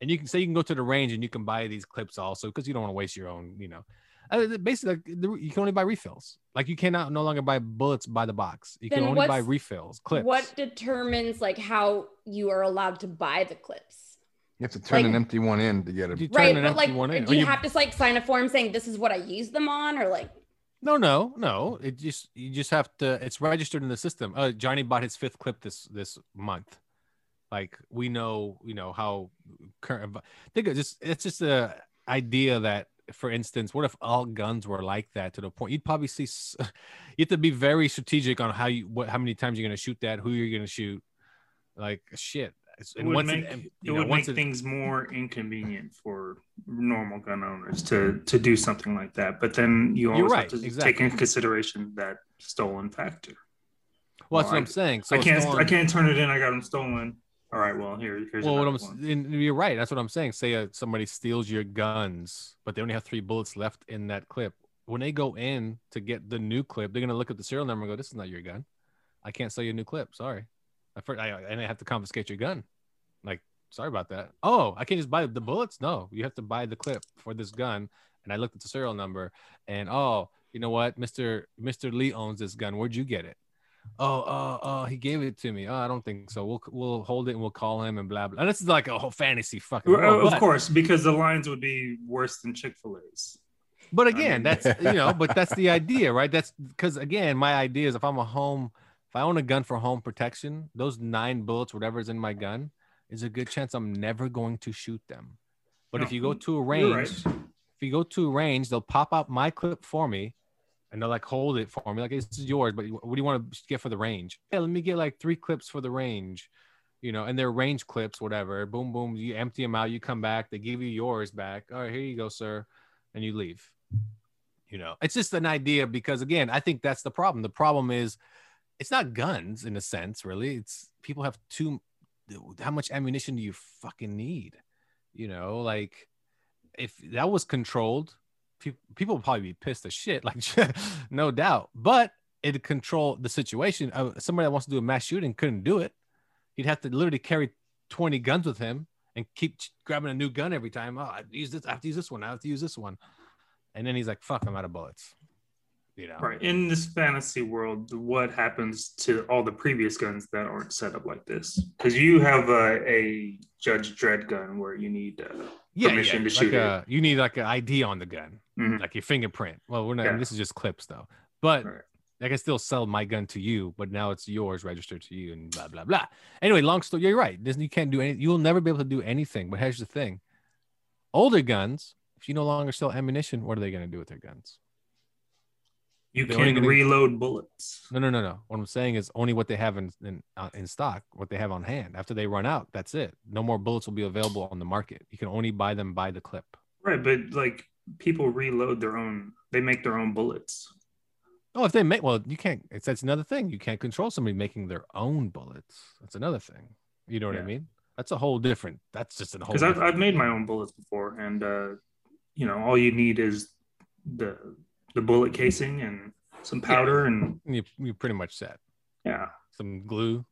and you can say you can go to the range and you can buy these clips also because you don't want to waste your own, you know. Uh, basically, like, the, you can only buy refills. Like you cannot no longer buy bullets by the box. You can Then only buy what's- refills, clips. What determines like how you are allowed to buy the clips? You have to turn like- an empty one in to get a. You turn Right, an but empty like, one in, do or you, you- have to like sign a form saying this is what I use them on, or like, No, no, no. It just you just have to. It's registered in the system. Uh, Johnny bought his fifth clip this this month. Like we know, you know how current. Think of just it's just a idea that, for instance, what if all guns were like that to the point you'd probably see. s- [laughs] You have to be very strategic on how you what how many times you're going to shoot that, who you're going to shoot. Like shit. It's- It and would once make, and, it, you know, would once make things more inconvenient for normal gun owners to to do something like that. But then you You're always right, have to exactly. take into consideration that stolen factor. Well, that's what Well, I'm saying. So I it's can't still I on- can't turn it in. I got them stolen. All right, well here here's Well, what I'm another s- one. and you're right. That's what I'm saying. Say uh, somebody steals your guns, but they only have three bullets left in that clip. When they go in to get the new clip, they're gonna look at the serial number and go, "This is not your gun. I can't sell you a new clip. Sorry. I first, I, and I have to confiscate your gun. Like, sorry about that. Oh, I can't just buy the bullets. No, you have to buy the clip for this gun. And I looked at the serial number, and oh, you know what, Mister Mister Lee owns this gun. Where'd you get it? oh, oh, oh, he gave it to me. Oh, I don't think so. We'll we'll hold it and we'll call him and blah blah. And this is like a whole fantasy fucking. Well, world. of But- course, because the lines would be worse than Chick Fil A's. But I mean- again, that's you know, but that's [laughs] the idea, right? That's because again, my idea is if I'm a home, if I own a gun for home protection, those nine bullets, whatever's in my gun, is a good chance I'm never going to shoot them. But if No, you go to a you're right. range, if you go to a range, they'll pop out my clip for me, and they'll like hold it for me, like this is yours. But what do you want to get for the range? Yeah, let me get like three clips for the range, you know, and they're range clips, whatever. Boom, boom. You empty them out. You come back. They give you yours back. All right, here you go, sir, and you leave. You know, it's just an idea because again, I think that's the problem. The problem is, it's not guns in a sense, really. It's people have too. How much ammunition do you fucking need? You know, like if that was controlled, pe- people would probably be pissed as shit, [laughs] like no doubt. But it controlled the situation. Uh, somebody that wants to do a mass shooting couldn't do it. He'd have to literally carry 20 guns with him and keep ch- grabbing a new gun every time. Oh, I use this. I have to use this one. I have to use this one. And then he's like, "Fuck, I'm out of bullets." You know, Right. In this fantasy world, what happens to all the previous guns that aren't set up like this? Because you have a, a Judge Dread gun where you need. Uh, yeah, yeah. permission to like shoot it. uh, you need like an ID on the gun, Mhm. like your fingerprint. Well, we're not. Yeah. This is just clips though. But Right. I can still sell my gun to you, but now it's yours, registered to you, and blah blah blah. Anyway, long story. You're right. Disney you can't do any. You'll never be able to do anything. But here's the thing: older guns. If you no longer sell ammunition, what are they going to do with their guns? you They're only can gonna- reload bullets. No, no, no, no. What I'm saying is only what they have in in, uh, in stock, what they have on hand. After they run out, that's it. No more bullets will be available on the market. You can only buy them by the clip. Right. But like people reload their own, they make their own bullets. Oh, if they make well, you can't. It's that's another thing. You can't control somebody making their own bullets. That's another thing. You know what I Yeah. mean? That's a whole different. That's just a whole. Because I've, different- I've [laughs] made my own bullets before. And, uh, you know, all you need is the, the bullet casing and some powder and you you pretty much set yeah. some [laughs] glue.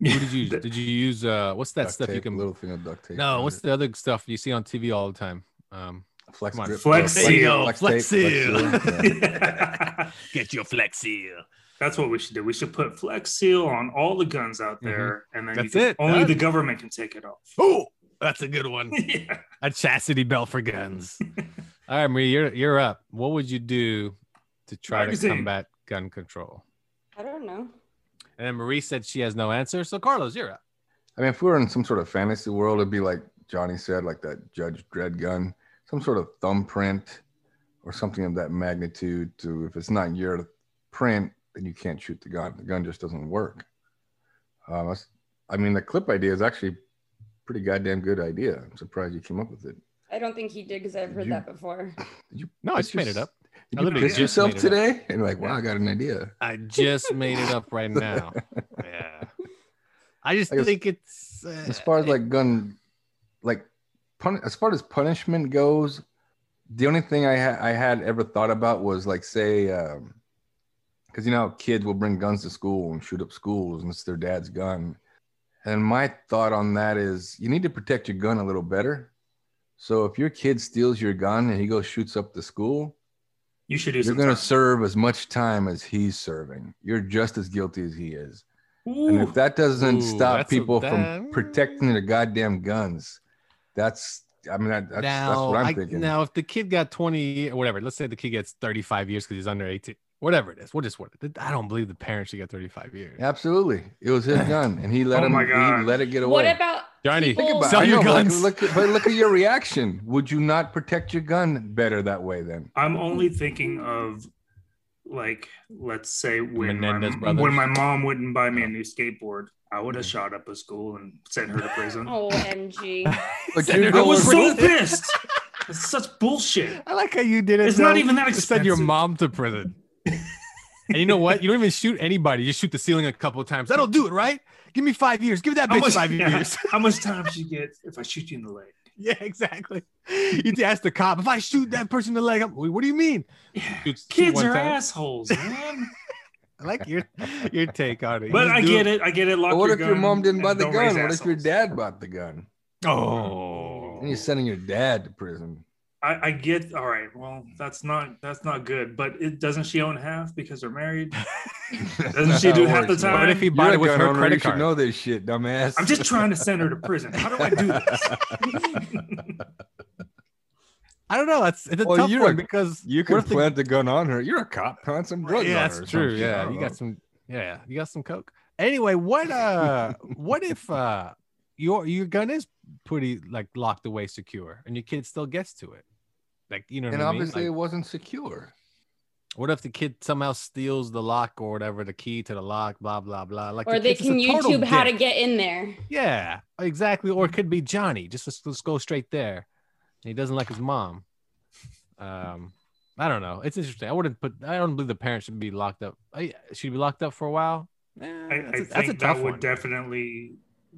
Who did you did you use? Uh, what's that Duct stuff you tape, can? little thing of duct tape. no, on what's it. the other stuff you see on TV all the time? Um, flex come on. grip- Flex flex- seal, flex tape, flex flex seal. [laughs] [laughs] seal, yeah. Get your flex seal. That's what we should do. We should put Flex Seal on all the guns out there, and then Mm-hmm. you That's can- it. only Done. the government can take it off. Oh, that's a good one. [laughs] yeah. a chastity belt for [laughs] guns. all right, Marie, you're you're up. What would you do to try to Magazine. combat gun control? I don't know. And then Marie said she has no answer. So Carlos, you're up. I mean, if we were in some sort of fantasy world, it'd be like Johnny said, like that Judge Dread gun, some sort of thumbprint or something of that magnitude. To if it's not your print, then you can't shoot the gun. The gun just doesn't work. Um, that's- I mean, the clip idea is actually pretty goddamn good idea. I'm surprised you came up with it. I don't think he did because I've heard You- that before. Did you? No, I piss just made it yours- up. Did I you literally piss just yourself made it up. today? And you're like, wow, I got an idea. I just made it up right [laughs] now. Yeah. I just Like, as- think it's uh, as far as like gun like pun- as far as punishment goes the only thing i ha- i had ever thought about was like say um because you know how kids will bring guns to school and shoot up schools and it's their dad's gun and my thought on that is you need to protect your gun a little better so if your kid steals your gun and he goes shoots up the school You should do you're some going to time. serve as much time as he's serving you're just as guilty as he is and Ooh. if that doesn't Ooh, stop that's a people damn- from protecting their goddamn guns, that's I mean that, that's, that's now, what I'm I- thinking. now if the kid got 20 or whatever, let's say the kid gets 35 years because he's under 18. whatever it is. We'll just what I don't believe the parents should get 35 years. Absolutely, it was [laughs] his gun, and he let Oh him. my He God. let it get away. What about Johnny, Think about- sell I your know, but guns. Look, look, but look at your reaction. Would you not protect your gun better that way? [laughs] Then I'm only thinking of like let's say when my, Menendez brothers. when my mom wouldn't buy me a new skateboard, I would have shot up a school and sent her to prison. Oh. OMG? but Senator, I was Go so with it. pissed. It's such [laughs] bullshit. I like how you did it. It's not though. even that You Send your expensive. mom to prison. and you know what? You don't even shoot anybody. You shoot the ceiling a couple of times. That'll do it, right? Give me five years. Give that How bitch much, five [laughs] yeah, years. how much time should you get if I shoot you in the leg? [laughs] yeah, exactly. You ask the cop if I shoot that person in the leg. I'm, what do you mean? Shoots two Kids one are time. [laughs] assholes, man. I like your your take on it. but You I do get it. I get it. Lock But what your if your gun mom didn't buy and the don't raise gun? What if your assholes. dad bought the gun? Oh, And you're sending your dad to prison. I, I get. All right. Well, that's not that's not good. But it doesn't she own half because [laughs] they're married? [laughs] Doesn't she [laughs] do half the time? What if he You're bought a it with gun her owner, you credit should card? know this shit, dumbass. I'm just trying to send her to prison. How do I do this? [laughs] [laughs] I don't know. It's, it's a Well, tough you're one a- because You what could if the- plant the gun on her. You're a cop. Plant some drugs. yeah, on that's her or some true. shit. I Yeah, don't you know. got some. Yeah, you got some coke. Anyway, what [laughs] uh, what if uh, your your gun is pretty like locked away, secure, and your kid still gets to it? Like you know, what And I mean? obviously, Like, it wasn't secure. what if the kid somehow steals the lock or whatever, the key to the lock, blah blah blah. Like, or the they kid's just can a total YouTube how to dick. get Mm. in there. Yeah, exactly. Or it could be Johnny. Just let's, let's go straight there. And he doesn't like his mom. Um, I don't know. It's interesting. I wouldn't put. I don't believe the parents should be locked up. I, should he be locked up for a while? Eh, I, I that's, a, think that's a tough that would one. definitely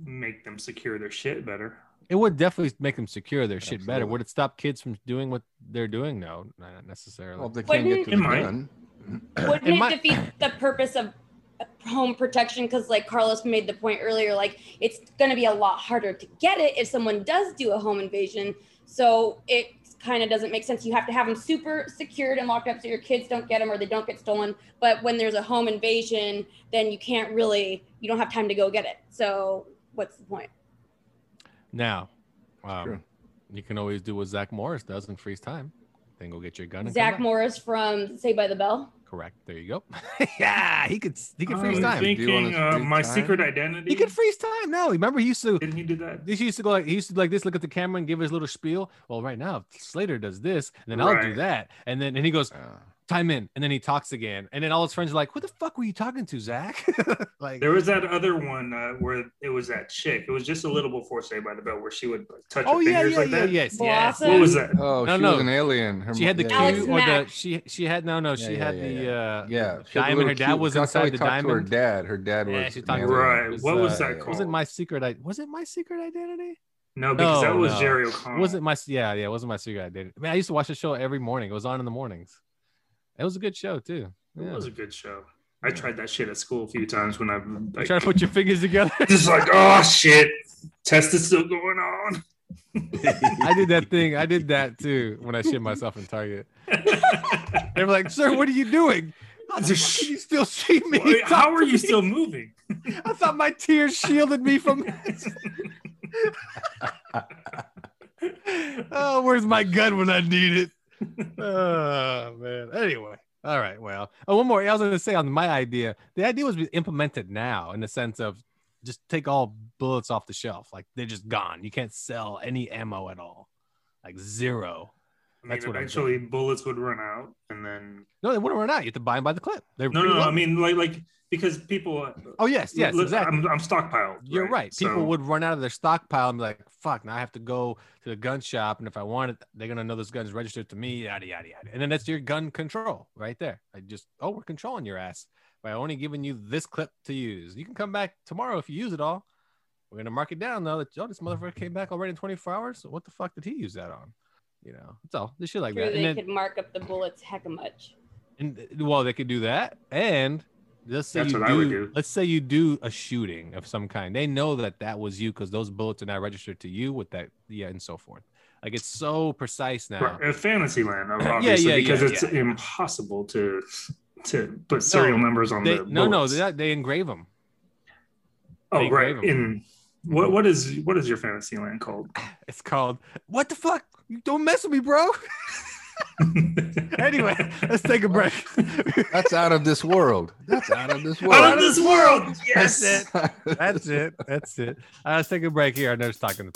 make them secure their shit better. it would definitely make them secure their shit better. Absolutely. Would it stop kids from doing what they're doing? No, not necessarily. Well, if they can't get to the Wouldn't- It might. gun, Wouldn't In it my- defeat the purpose of home protection? Because, like Carlos made the point earlier, like it's going to be a lot harder to get it if someone does do a home invasion. So it kind of doesn't make sense. You have to have them super secured and locked up so your kids don't get them or they don't get stolen. But when there's a home invasion, then you can't really, you don't have time to go get it. So what's the point? now, um, true. you can always do what Zach Morris does and freeze time. Then go get your gun. And come Zach back. Morris from Say by the Bell. Correct. There you go. [laughs] yeah, he could. He could freeze I'm time. Do you wanna thinking uh, freeze my time? secret identity. He could freeze time now. Remember, he used to. Didn't he do that? He used to go like he used to like this, look at the camera and give his little spiel. Well, right now Slater does this, and then I'll do Right. that, and then and he goes uh, time in, and then he talks again, and then all his friends are like, "Who the fuck were you talking to, Zach?" [laughs] like, There was that other one uh, where it was that chick. It was just a little before Say by the Bell, where she would like, touch oh her yeah, fingers yeah, like yeah, that. yes, yes. Blossom? What was that? oh, No, she no. was an alien. Her She had the mom- cue Alex or the Mack. she she had no no she Yeah, had yeah, the yeah, uh Yeah, she had a diamond. little Her dad cube. was That's how inside he the talked to her diamond. dad. Her dad was Yeah, she talked to an her. alien. Right. What was that it called? Was it my secret? I was it my secret identity? No, because that No, was no. Jerry It O'Connell. wasn't my yeah yeah it wasn't my secret identity. I mean, I used to watch the show every morning. It was on in the mornings. It was a good show too. It Yeah. was a good show. I tried that shit at school a few times when I've [laughs] like, Try to put your fingers together. [laughs] just like, oh shit, test is still going on. [laughs] I did that thing. I did that too when I shit myself in Target. They were like, "Sir, what are you doing? How the fuck can you still see [laughs] me? Wait, how Talk are to you me." still moving? [laughs] I thought my tears shielded me from. [laughs] oh, where's my gun when I need [laughs] it? Oh man. Anyway, all right. Well, oh, one more. I was going to say on my idea. The idea was implemented now in the sense of just take all bullets off the shelf. Like they're just gone. You can't sell any ammo at all. Like zero. I mean, That's what I'm eventually bullets would run out, and then No, they wouldn't run out. You have to buy them by the clip. They're no, no, no. reloaded. I mean, like, like because people. uh, Oh yes, yes, look, exactly. I'm, I'm stockpiled. You're right. People So- would run out of their stockpile and be like, "Fuck!" Now I have to go to the gun shop, and if I want it, they're gonna know this gun's registered to me. Yada yada yada. And then that's your gun control right there. I just, oh, we're controlling your ass by only giving you this clip to use. You can come back tomorrow if you use it all. We're gonna mark it down though. That oh, this motherfucker came back already in 24 hours. So what the fuck did he use that on? You know, it's all this shit like True, that. they And then, could mark up the bullets heck a much. and well, they could do that. And let's say That's you what do, I would do. Let's say you do a shooting of some kind. They know that that was you because those bullets are now registered to you with that, yeah, and so forth. Like it's so precise now. Right, uh, Fantasyland, [laughs] Yeah, obviously, yeah, because yeah, it's yeah. impossible to to put serial numbers on They, the no, no, bullets. they, they engrave them. oh they right. grave 'em. In what what is what is your Fantasyland called? It's called what the fuck? You don't mess with me, bro. [laughs] [laughs] [laughs] Anyway, let's take a break. [laughs] That's out of this world. That's out of this world. Out of this world. Yes. That's That's it. That's it. Uh, let's take a break here. I know it's talking.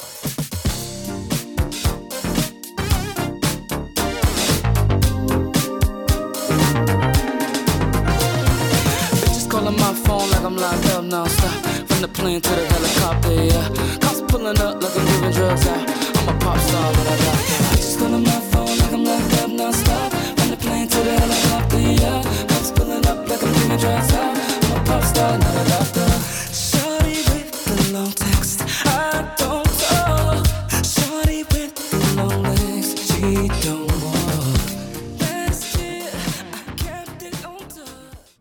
Bitches calling my phone like I'm locked up nonstop. From the plane to the helicopter, yeah. Cops pulling up like I'm giving drugs out. I'm a pop star, but I got that. Bitches calling my phone like I'm locked up nonstop. From the plane to the helicopter, yeah. Cops pulling up like I'm giving drugs out. I'm a pop star, not a doctor. Shorty with the long text. I don't talk. Shorty with the long legs. She don't walk. Last year, I kept it on top.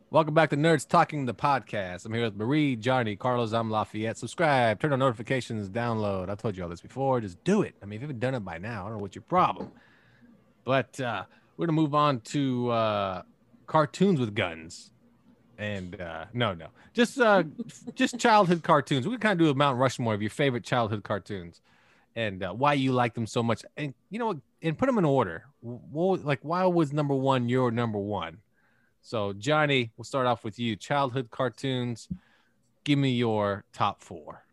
Welcome back to Nerds Talking the Podcast. I'm here with Marie, Johnny, Carlos. I'm Lafayette. Subscribe, turn on notifications, download. I've told you all this before. Just do it. I mean, if you haven't done it by now, I don't know what's your problem. But uh, we're going to move on to uh, cartoons with guns. And uh, no, no, just uh, [laughs] just childhood cartoons. We can kind of do a Mount Rushmore of your favorite childhood cartoons and uh, why you like them so much. And you know what? And put them in order. What, like, why was number one your number one? So, Johnny, we'll start off with you. Childhood cartoons. Give me your top four.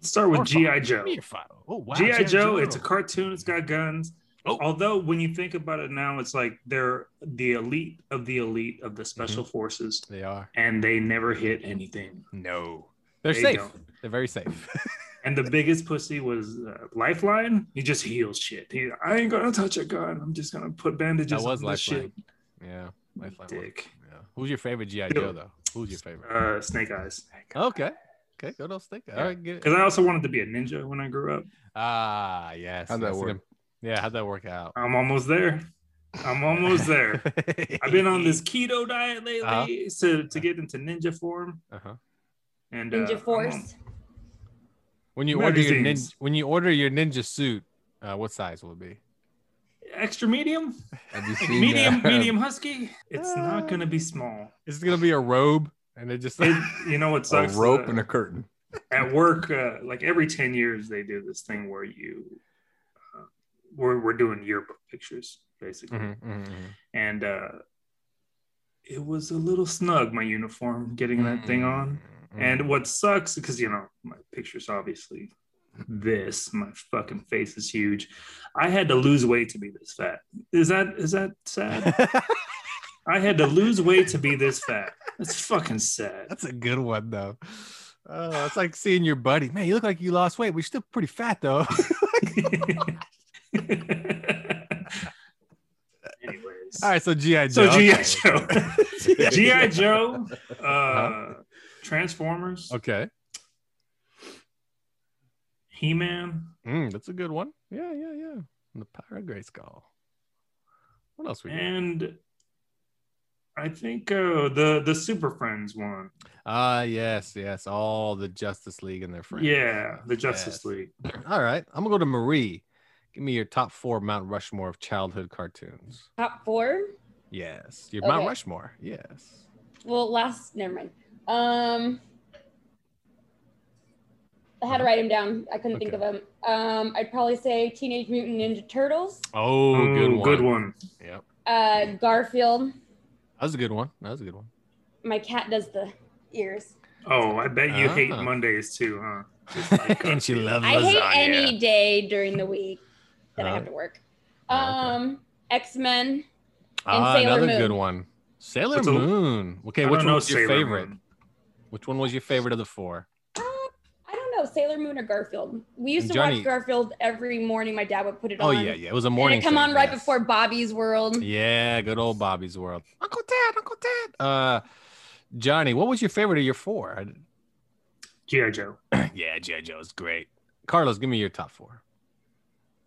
Let's start with Or five. G.I. Give Joe. me your five. Oh, wow. G.I. Joe, it's a cartoon, it's got guns. Oh. Although when you think about it now, it's like they're the elite of the elite of the Mm-hmm. special forces, They are. and they never hit anything. No. They're They safe. don't. They're very safe. [laughs] And the biggest pussy was uh, Lifeline. He just heals shit. He, I ain't gonna touch a gun. I'm just gonna put bandages. That was on this Lifeline. shit. yeah. Lifeline was- Dick. yeah. Who's your favorite G.I. Dude. Joe, though? Who's your favorite? Uh, Snake Eyes. okay. Okay. Good old stick. All right. Get it. Because I also wanted to be a ninja when I grew up. Ah, yes. How'd that yes, work? them- Yeah. How'd that work out? I'm almost there. I'm [laughs] almost there. I've been on this keto diet lately Uh-huh. to, to get into ninja form. Uh-huh. And uh, Ninja I'm on- Force. When you order your ninja, Magazines. when you order your ninja suit, uh, what size will it be? extra medium, [laughs] Have you seen uh, medium, that? medium husky. It's Uh. not gonna be small. Is it gonna be a robe? And it just It, you know [laughs] [laughs] what A sucks? rope Uh, and a curtain. at work, uh, like every ten years, they do this thing where you, uh, we're we're doing yearbook pictures basically, Mm-hmm. Mhm, mhm, mhm. and uh, it was a little snug my uniform getting that thing Mm-hmm. on. Mhm. And what sucks because you know my picture's obviously this. My fucking face is huge. I had to lose weight to be this fat. Is that is that [laughs] sad? I had to lose weight to be this fat. That's fucking sad. that's a good one though. Oh, it's like seeing your buddy. Man, you look like you lost weight, but you're still pretty fat though. [laughs] [laughs] Anyways. All right, so GI Joe. So GI okay. [laughs] Joe, GI [laughs] Joe, uh, Transformers, Okay, He Man, Mm, that's a good one. Yeah, yeah, yeah. And the Power of Grayskull. What else we got? and I think uh, the the Super Friends one. Ah, yes, yes. All the Justice League and their friends. Yeah, the Justice Yes. League. All right. I'm gonna go to Marie. Give me your top four Mount Rushmore of childhood cartoons. Top four. Yes. Your Mount Okay. Rushmore. Yes. Well, last. Never mind. Um, I had to write him down. I couldn't think of Okay. him. Um, I'd probably say Teenage Mutant Ninja Turtles, Oh, Ooh, good one. Mm, Good one. Yep. uh, Garfield. That was a good one. That was a good one. My cat does the ears. Oh, I bet you hate Ah. Mondays too, huh? [laughs] and she loves I hate any day during the week that I have Oh. to work. Oh, okay. Um, X Men. Ah, Sailor another Moon. good one. Sailor What's a- Moon. I Okay, don't which one know was your Sailor favorite? Moon. Which one was your favorite of the four? Uh, I don't know Sailor Moon or Garfield. We used And to Johnny- watch Garfield every morning. My dad would put it Oh on. yeah, yeah. It was a And morning. it'd come show, on right yes. before Bobby's World. Yeah, good old Bobby's World. Uncle Ted, Uncle Ted. Uh, Johnny, what was your favorite of your four? [clears throat] I- GI Joe. yeah, G.I. Joe's great. Carlos, give me your top four.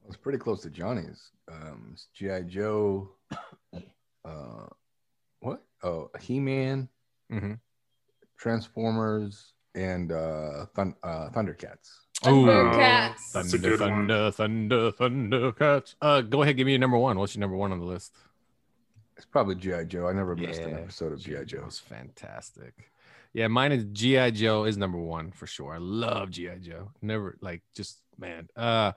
It's pretty close to Johnny's. Um, it's G.I. Joe. Uh, what? Oh, He Man, Mhm. Transformers, and uh, thun- uh, Thundercats. Thundercats. That's a Thunder, good one. thunder, thunder, thundercats. Uh, go ahead, give me your number one. What's your number one on the list? It's probably G.I. Joe. I never missed an Yeah. episode of G.I. Joe. Joe's fantastic. Yeah, mine is GI Joe is number one for sure. I love GI Joe. Never like just man. Uh,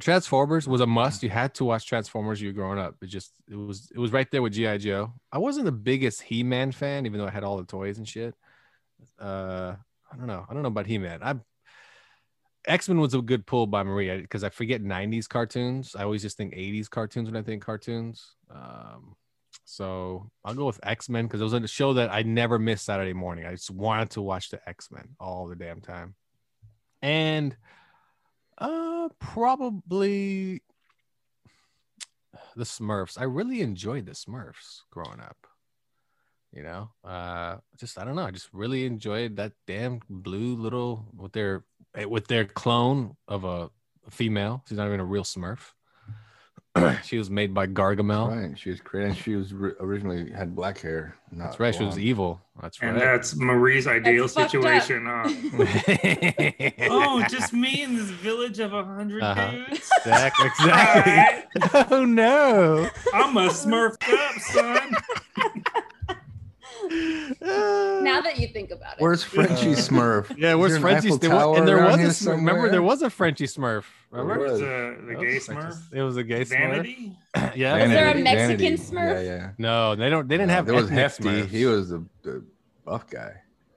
Transformers was a must. You had to watch Transformers. You were growing up. It just it was it was right there with GI Joe. I wasn't the biggest He Man fan, even though I had all the toys and shit. Uh, I don't know. I don't know about He Man. I X Men was a good pull by Maria because I forget '90s cartoons. I always just think '80s cartoons when I think cartoons. Um, so I'll go with X Men because it was a show that I never missed Saturday morning. I just wanted to watch the X Men all the damn time, and uh, probably the Smurfs. I really enjoyed the Smurfs growing up. You know, uh, just I don't know. I just really enjoyed that damn blue little with their eh, with their clone of a female. She's not even a real Smurf. [clears throat] she was made by Gargamel. Right. She was created. And she was ri originally had black hair. Not That's right. She was blonde. evil. That's And right. that's Marie's ideal That's fucked up. situation. Huh? [laughs] [laughs] Oh, just me in this village of a 100 Uh-huh. [laughs] dudes? Exact- [laughs] exactly. [laughs] oh no. I'm a smurfed up, son. Now that you think about it, Where's [laughs] Frenchie Uh, Smurf? Yeah, where's Is there an Frenchie? Eiffel There was, Tower and there around was a here Smurf. remember somewhere? there was a Frenchie Smurf. Remember was. the, the That gay was a Frenchie- Smurf? It was a gay Smurf. Vanity? yeah. Was there a Vanity, Mexican Vanity. Smurf? Yeah, yeah. No, they don't. They didn't Uh, have. There was ethnic Hefty. Smurfs. He was the, the buff guy.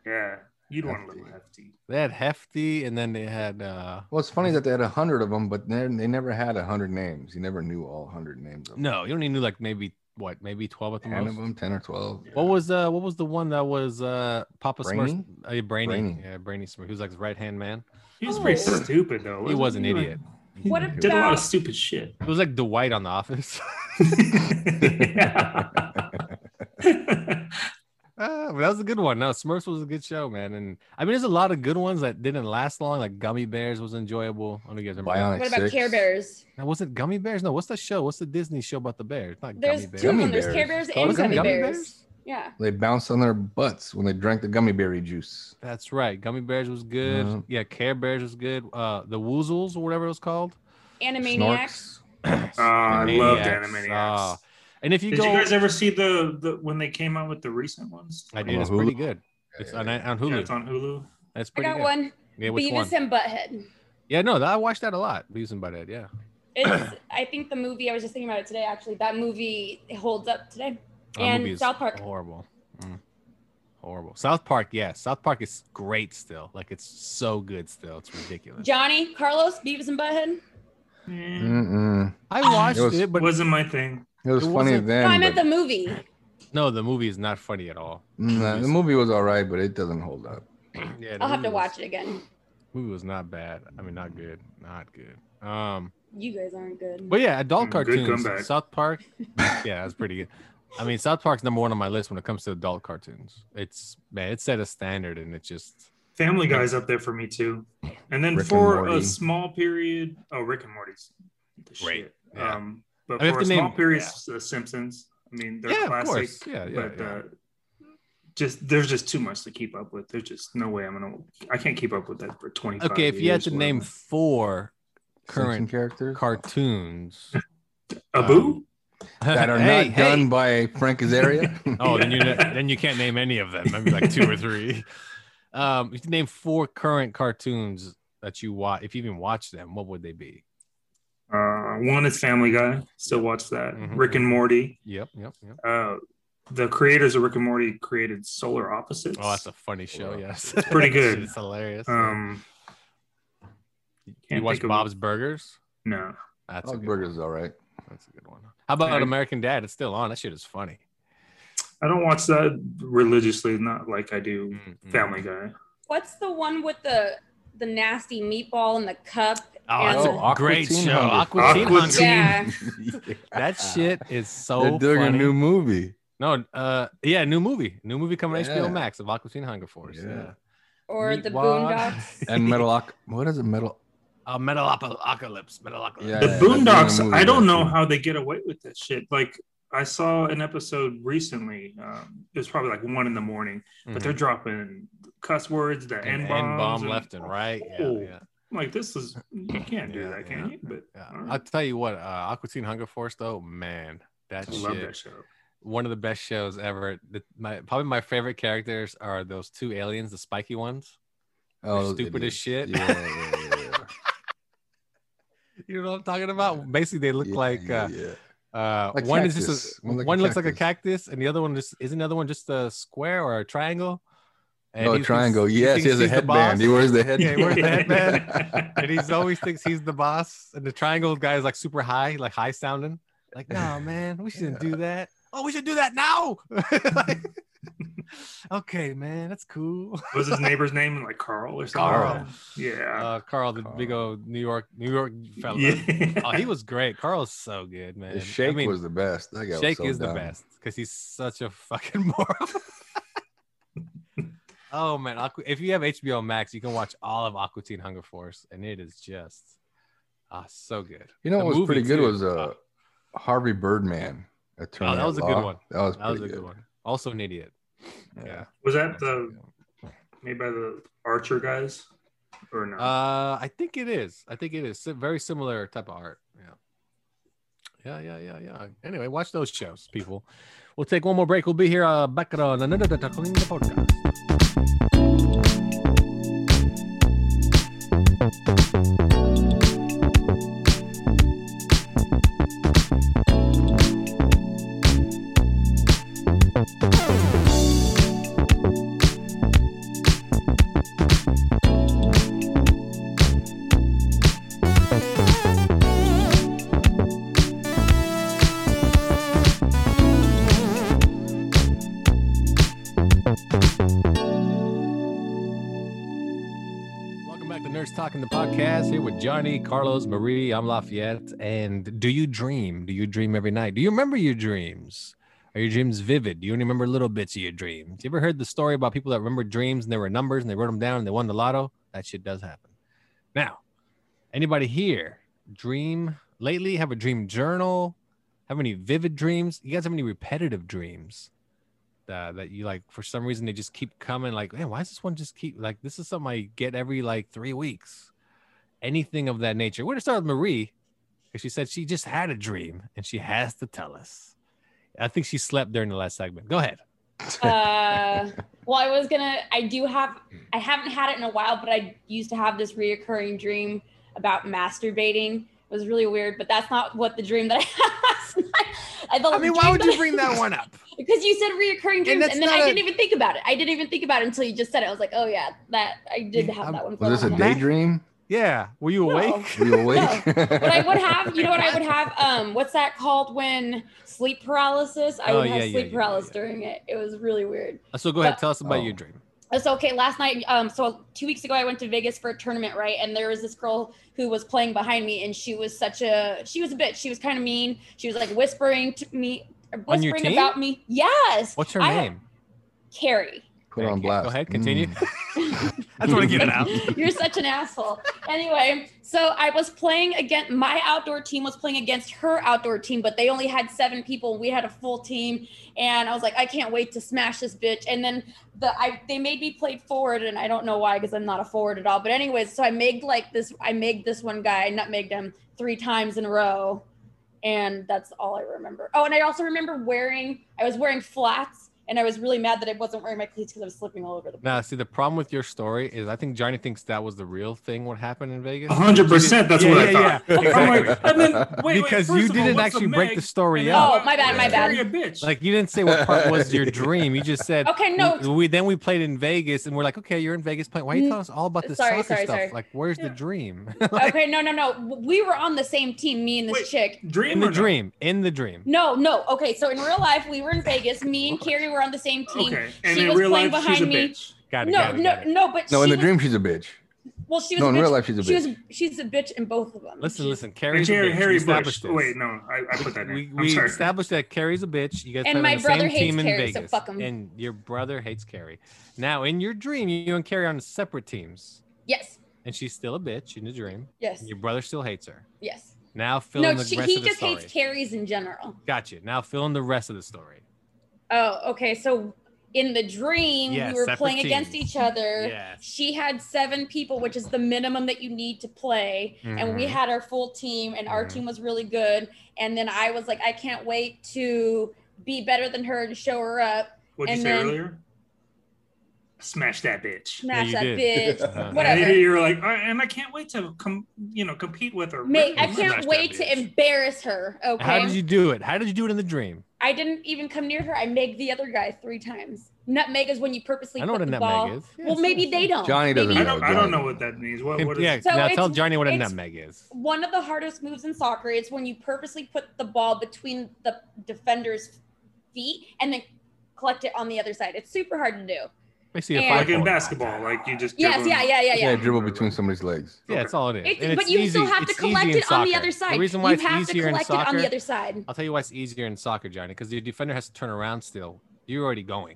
Yeah, you'd want a Hefty. little hefty. They had hefty, and then they had. uh Well, it's funny that they had a hundred of them, but then they never had a hundred names. You never knew all hundred names. Of them. No, you only knew like maybe what, maybe twelve at the ten most. of them, ten or twelve. What was uh what was the one that was uh Papa Smurf? Brainy? Uh, Brainy. Brainy. Yeah, Brainy Smurf. He was like his right hand man. He was pretty Oh. stupid though. He was an [laughs] wasn't idiot. what He did a lot of about stupid [laughs] [laughs] shit. It was like Dwight on The Office. [laughs] Ah, but that was a good one. No, Smurfs was a good show, man. And I mean, there's a lot of good ones that didn't last long. Like Gummy Bears was enjoyable. I don't know if you guys remember. that. Bionic what about Six. Care Bears? Now, was it Gummy Bears? No, what's the show? What's the Disney show about the bears? It's not There's Gummy two Bears. of Gummy them. There's bears. Care Bears Oh, and it's gummy Gummy bears? Bears. Yeah. They bounced on their butts when they drank the gummy berry juice. That's right. Gummy Bears was good. Mhm. Yeah, Care Bears was good. Uh, the Woozles or whatever it was called. Animaniacs. [coughs] Uh, oh, I loved Animaniacs. Animaniacs. Ah. and if you Did go, you guys ever see the, the when they came out with the recent ones? I did. It's On Hulu? pretty good. It's on, on Yeah, Hulu. it's on Hulu. That's I pretty got good. one. Yeah, which Beavis one? and Butthead. Yeah, no, that, I watched that a lot. Beavis and Butthead. Yeah. It's I think the movie I was just thinking about it today. Actually, that movie holds up today. That And movie is South Park. Horrible. Mm. Horrible. South Park. Yeah, South Park is great still. Like it's so good still. It's ridiculous. Johnny, Carlos, Beavis and Butthead. Mm. Yeah, Mm-mm. I watched It it, was- but wasn't my thing. It was It funny wasn't- then. no, I meant but- the movie. no, the movie is not funny at [clears throat] all. Nah, the movie was all right, but it doesn't hold up. Yeah, the I'll have to movie was- watch it again. Movie was not bad. I mean, not good. Not good. Um, You guys aren't good. but yeah, adult Mm, good comeback. cartoons. South [laughs] Park. Yeah, that's pretty good. I mean, South Park's number one on my list when it comes to adult cartoons. It's man, it set a standard, and it just Family Guy's up there for me too. And then Rick and for a Morty. small period, oh Rick and Morty's the shit. Great, yeah. Um, but I mean, for a if the small name- period, The Simpsons. I mean, they're Yeah, of classic. course. Yeah, yeah, but yeah. Uh, just there's just too much to keep up with. There's just no way I'm gonna. I can't keep up with that for 25. okay. If you had years, to whatever. name four Simpson current characters cartoons um, Abu, [laughs] that [laughs] are Hey, not hey. done by [laughs] Frank Azaria. Oh, then you then you can't name any of them. Maybe like two or three. [laughs] Um, you can name four current cartoons that you watch. If you even watch them, what would they be? uh, one is Family Guy. Still watch that. Mhm. Rick and Morty. Yep, yep, yep. Uh, the creators of Rick and Morty created Solar Opposites. Oh, that's a funny show. Wow. Yes, It's [laughs] pretty good. it's hilarious. um, you can't watch think of- Bob's Burgers? No. That's a [laughs] Dog good Burger's one. all right. That's a good one. How about Okay. American Dad? It's still on. That shit is funny. I don't watch that religiously, not like I do Mm, mm. Family Guy. What's the one with the the nasty meatball in the cup? Oh, and- that's a Oh, Aqua great Teen show. Hunger. Ah. Aqua Teen Aqua Hunger. Teen. [laughs] yeah. That shit is so They're doing funny. a new movie. no, uh, yeah, new movie, new movie coming to Yeah. HBO Max of Aqua Teen Hunger Force. Yeah. Yeah, Or the Meatwad. Boondocks. [laughs] And [laughs] Metal Oc- What is it? Metal. Uh, metal apocalypse. Metal apocalypse. Yeah, The yeah, they're doing a Boondocks, movie I about don't know you. how they get away with that shit. Like, I saw an episode recently. Um, it was probably like one in the morning, but they're dropping cuss words, the Mm-hmm. Mm-hmm. and N N bomb bomb left and right. Yeah, Oh. yeah. Like, this is, you can't do Yeah, that, can yeah, you? But yeah. all right. I'll tell you what, uh, Aqua Teen Hunger Force though, man, that I shit, love that show. one of the best shows ever. The, my probably my favorite characters are those two aliens, the spiky ones. Oh, stupid as idiots. shit. Yeah, yeah, yeah, yeah. You know what I'm talking about? Basically, they [laughs] look Yeah, like yeah, uh, yeah. uh, Like one is cactus. just a, One one, like a looks like a cactus. cactus, and the other one just isn't the other one just a square or a triangle. And Oh, he a thinks- triangle. Yes, he thinks has a he's the headband. boss. He wears the headband. [laughs] Yeah, he [laughs] wears the [laughs] headband. and he's always thinks he's the boss. And the triangle guy is like super high, like high sounding. Like, no, man, we shouldn't do that. Oh, we should do that now. [laughs] Like, okay, man, that's cool. What was his neighbor's name like Carl or something? Carl. Yeah. [laughs] Uh, Carl, the big Carl. old New York, New York fella. yeah. Oh, he was great. Carl's so good, man. The shake I mean, was the best. That guy was Shake so is the dumb. best because he's such a fucking moron. oh man, Aqua- if you have HBO Max, you can watch all of Aqua Teen Hunger Force, and it is just ah so good. You know The what was movie, pretty good too. Oh, was uh, Harvey Birdman. Attorney that was at a good Law. one. That was that was a pretty good, one. Also an idiot. Yeah. [laughs] Was that [laughs] That's a the good one. made by the Archer guys or no? Uh, I think it is. I think it is Si- very similar type of art. Yeah. Yeah, yeah, yeah, yeah. Anyway, watch those shows, people. We'll take one more break. We'll be here uh, back on another Talking the podcast. Welcome back to Nurse Talking the podcast. Here with Johnny, Carlos, Marie. I'm Lafayette. And do you dream? Do you dream every night? Do you remember your dreams? Are your dreams vivid? Do you only remember little bits of your dreams? You ever heard the story about people that remember dreams and there were numbers and they wrote them down and they won the lotto? That shit does happen. Now, anybody here dream lately? Have a dream journal? Have any vivid dreams? You guys have any repetitive dreams? uh, that you like for some reason they just keep coming like man why does this one just keep like this is something i get every like three weeks anything of that nature we're gonna start with marie because she said she just had a dream and she has to tell us i think she slept during the last segment go ahead uh, well, I was gonna. I do have. I haven't had it in a while, but I used to have this reoccurring dream about masturbating. It was really weird, but that's not what the dream that I [laughs] had last night. I, the i mean why dream would that you I- bring that [laughs] one up Because you said reoccurring dreams, that's and, then not I a- didn't even think about it. I didn't even think about it until you just said it. I was like, oh yeah, that I did You- have I'm- that one. [laughs] for Was this a long time. daydream? [laughs] yeah were you No. awake Were you awake? [laughs] What I would have, you know what [laughs] I would have? Um, what's that called when sleep paralysis? I Oh, would yeah, yeah, have sleep yeah, yeah, paralysis yeah. during it. It was really weird. Uh, so go ahead But- tell us about your Oh. dream It's Uh, okay. Last night, um, so two weeks ago, I went to Vegas for a tournament, right? And there was this girl who was playing behind me, and she was such a she was a bitch. She was kind of mean. She was like whispering to me, On your whispering team? about me. Yes. what's her I- name Carrie. Put on Okay, blast. go ahead continue Mm. [laughs] i just want to get it out [laughs] You're such an asshole. Anyway, so I was playing against my outdoor team was playing against her outdoor team, but they only had seven people. We had a full team, and I was like, I can't wait to smash this bitch. And then the I they made me play forward, and I don't know why because I'm not a forward at all. But anyways, so I made like this. I made this one guy nutmegged him three times in a row, and that's all I remember. Oh, and I also remember wearing I was wearing flats. And I was really mad that I wasn't wearing my cleats because I was slipping all over the place. now see the problem with your story is i think johnny thinks that was the real thing what happened in vegas A hundred percent. That's Yeah, what I yeah, thought. yeah, I'm exactly. [laughs] like, and then, wait, Because wait, you first of all, didn't what's actually a break Meg? the story And then up. Oh, what- my bad, what's my bad. Carrie a bitch. [laughs] Like you didn't say what part was your dream. You just said [laughs] Okay, no. We, we- then we played in Vegas, and we're like, okay, you're in Vegas playing. Why are you N- telling us all about this sorry, soccer sorry, stuff? sorry. Like, where's the Yeah. [laughs] dream? okay, no, no, no. We were on the same team, me and this Wait. chick. dream in the or no? dream, in the dream. No, no. Okay, so in real life, we were in Vegas. [laughs] Me and Carrie were on the same team. Okay. And she in was real playing life, she's a behind me. bitch. Got it. No, got it, no, got it. no. But No, in she the was, dream, she's a bitch. Well, she was. No, a in bitch. real life, she's a She was. bitch. She's a bitch in both of them. Listen, She's- listen. And Carrie's Harry, a bitch. we Harry Bush. established this. Wait, no, I, I put that in. we, I'm we sorry. established that Carrie's a bitch. You guys And played on my the brother same hates team in Carrie, so Vegas, fuck 'em. and your brother hates Carrie. Now, in your dream, you and Carrie are on separate teams, Yes. and she's still a bitch in the dream. Yes. And your brother still hates her. Yes. Now, fill in No, the she, rest he of the just story. hates Carrie's in general. Gotcha. Now, fill in the rest of the story. Oh, okay. So in the dream, Yeah, we were separate playing against teams. each other. Yes. She had seven people, which is the minimum that you need to play. And we Mhm. had our full team, and our Mhm. team was really good. And then I was like, I can't wait to be better than her and show her up. What'd you and say then- earlier? smash that bitch. Smash Yeah, you that did. [laughs] bitch. Uh-huh. Whatever. [laughs] And you're like, "All right," and I can't wait to come, you know, compete with her. Mate, I Really? can't Smash that wait to bitch. embarrass her. Okay. How did you do it? How did you do it in the dream? I didn't even come near her. I megged the other guy three times. Nutmeg is when you purposely I know what put a the nutmeg ball. is. Well, Yes, maybe yes, they yes. don't. Johnny doesn't Maybe I don't, I Johnny. don't know what that means. Oh, What, what is yeah. So now it's- tell Johnny what a it's- nutmeg is. one of the hardest moves in soccer is when you purposely put the ball between the defender's feet and then collect it on the other side. It's super hard to do. I see a And- five like in ball. basketball, like you just Yes, dribble yeah, and- yeah, yeah, Yeah, yeah. dribble between somebody's legs. Yeah, that's all it is. It's, And it's but you easy. still have to It's collect easy it in on the soccer. other side. The reason why you it's have to easier in collect it on soccer, the other side. I'll tell you why it's easier in soccer, Johnny, because your defender has to turn around still. You're already going.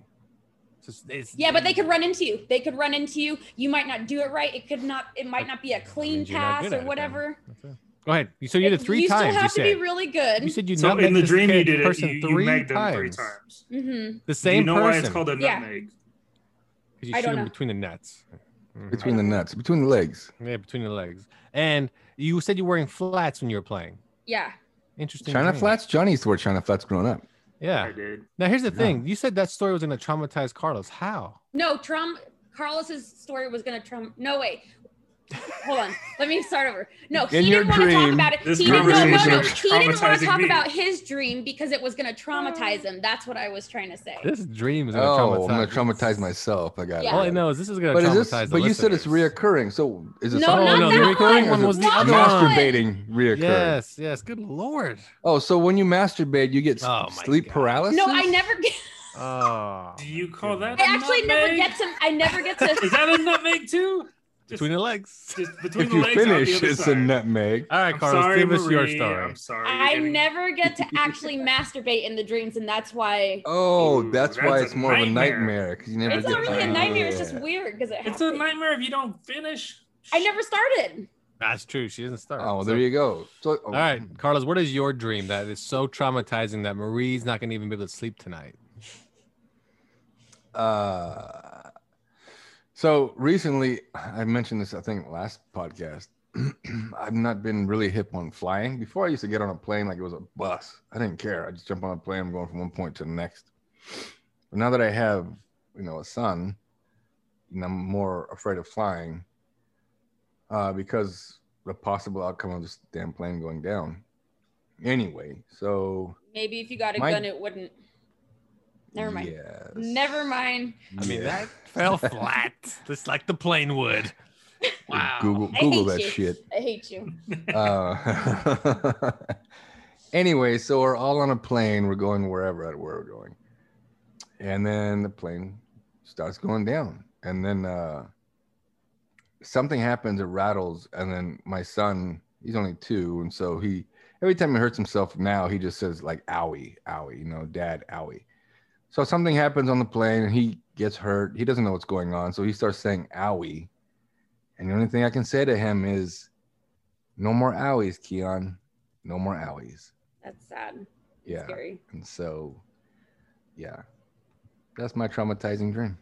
So it's, it's- Yeah, but they could run into you. They could run into you. You might not do it right. It could not. It might not be a That clean means you're not pass good at or it then. whatever. That's it. Go ahead. You- So you did it three you times. still you have said to be really good. you said you So nutmeg in the this dream, you kid- did it. person You, you three magged them three times. times. mm-hmm. The Do you same know person. why it's called a Yeah. nutmeg? 'Cause you I shoot don't him know. between the Mm-hmm. nuts. Between the nuts, between the legs. Yeah, between the legs. And you said you were wearing flats when you were playing. Yeah. Interesting. China dream. flats. Johnny used to wear China flats growing up. I Yeah. Oh, did. Now here's the Yeah. thing. You said that story was gonna traumatize Carlos. How? No, Trump. Carlos's story was gonna Trump. No way. Hold on. Let me start over. No, he In your didn't want to talk dream, about it. this He didn't, no, no, conversation no. is He didn't want to traumatizing talk me. about his dream because it was gonna traumatize him. That's what I was trying to say. This dream is gonna Oh, traumatize. I'm gonna traumatize myself. I got it. Yeah. All I know is this is gonna But traumatize. is this? the But you said it's listeners. reoccurring. So is it? No, something- not Oh, no, the that recurring one. one was the Not other that one. masturbating reoccurring. Yes, yes. Good lord. Oh, so when you masturbate, you get s- Oh my sleep God. paralysis. No, I never. Get, [laughs] Oh. Do you call that? I actually never get to. I never get to. Is that a nutmeg too? Just, Between the legs. just between If the you legs on the finish, other it's a side. nutmeg. [laughs] All right, I'm Carlos, sorry, give us your Marie. story. I'm sorry. I You're getting- never get to actually masturbate in the dreams, and that's why Oh, Ooh, that's, why that's it's a more of a nightmare. nightmare because you never it's get. not really a to- nightmare. It's just Yeah. weird because it It's a happens. nightmare if you don't finish. I never started. That's true. She doesn't start. Oh, So- there you go. So, oh, All right, Carlos, what is your dream that is so traumatizing that Marie's not going to even be able to sleep tonight? Uh, so recently, I mentioned this, I think, last podcast. [clears throat] I've not been really hip on flying. Before, I used to get on a plane like it was a bus. I didn't care. I just jump on a plane. I'm going from one point to the next. But now that I have, you know, a son, and I'm more afraid of flying uh, because the possible outcome of this damn plane going down. Anyway, so Maybe if you got a My- gun, it wouldn't. Never mind. Yes. Never mind. I mean, Yeah. that fell flat, just like the plane would. Wow. Google I Google that hate you. shit. I hate you. uh, [laughs] anyway, so we're all on a plane. We're going wherever at where we're going, and then the plane starts going down, and then uh, something happens. It rattles, and then my son, he's only two, and so he every time he hurts himself now, he just says like "owie, owie," you know, "dad, owie." So something happens on the plane, and he gets hurt. He doesn't know what's going on, so he starts saying "owie," and the only thing I can say to him is. No more alleys, Keon. No more alleys. That's sad. Yeah. Scary. And so, yeah, that's my traumatizing dream.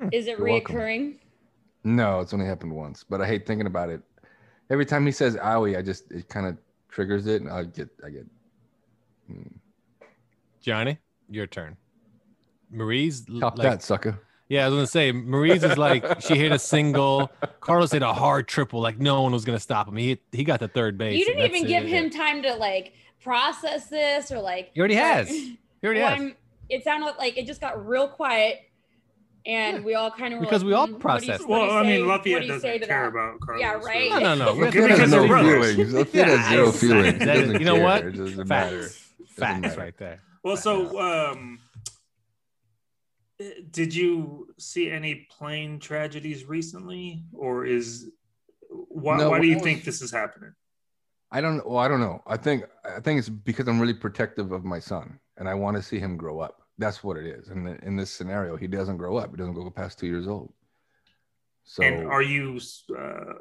Hmm. Is it You're welcome. reoccurring? No, it's only happened once, but I hate thinking about it. Every time he says owie, I just it kind of triggers it, and I get I get. mm, Johnny, your turn. Marie's l- Top like, that sucker. yeah, I was gonna say Marie's is like she hit a single. Carlos hit a hard triple, like no one was gonna stop him. He hit, he got the third base. and You didn't that's even give it. him time to like process this or like. He already has. He He already [laughs] has. It sounded like it just got real quiet, and we all kind of were Because like, we all "Hmm, what do you- processed it. what do Well, you I say- mean, what do Lafayette you say doesn't to care that? about Carlos. Yeah, right? No, no, no. Give Lafayette it has to no the brothers. feelings. Lafayette has zero Facts. feelings. He That is- doesn't you know care. what? It doesn't matter. Facts, facts, matter. right there. Well, so um, eh, did you see any plane tragedies recently, or is why, No. why do you think this is happening? I don't. Well, I don't know. I think I think it's because I'm really protective of my son, and I want to see him grow up. That's what it is. And in this scenario, he doesn't grow up. He doesn't go past two years old. So and are you? Uh,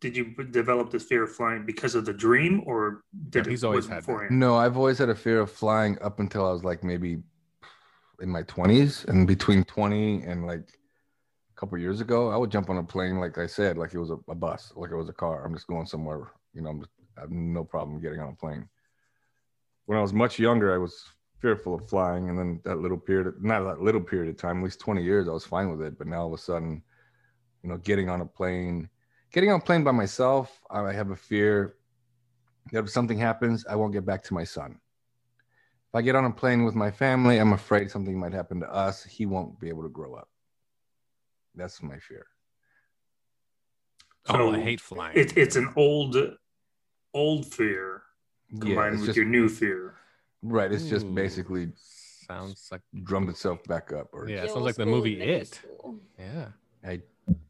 did you develop this fear of flying because of the dream, or did Yeah, he's it always was had that. beforehand? no, I've always had a fear of flying up until I was like maybe in my 20s, and between 20 and like a couple years ago, I would jump on a plane, like I said, like it was a, a bus, like it was a car. I'm just going somewhere. You know, I'm just, I have no problem getting on a plane. When I was much younger, I was fearful of flying, and then that little period, not that little period of time, at least 20 years, I was fine with it. But now all of a sudden, you know, getting on a plane, getting on a plane by myself, I have a fear that if something happens, I won't get back to my son. If I get on a plane with my family, I'm afraid something might happen to us. He won't be able to grow up. That's my fear. oh, I So, hate flying. It, it's an old, old fear combined it's with just- your new fear. Right. It's just Ooh, basically sounds like drummed itself back up or Yeah, it Middle sounds like the school, movie elementary It. school. yeah.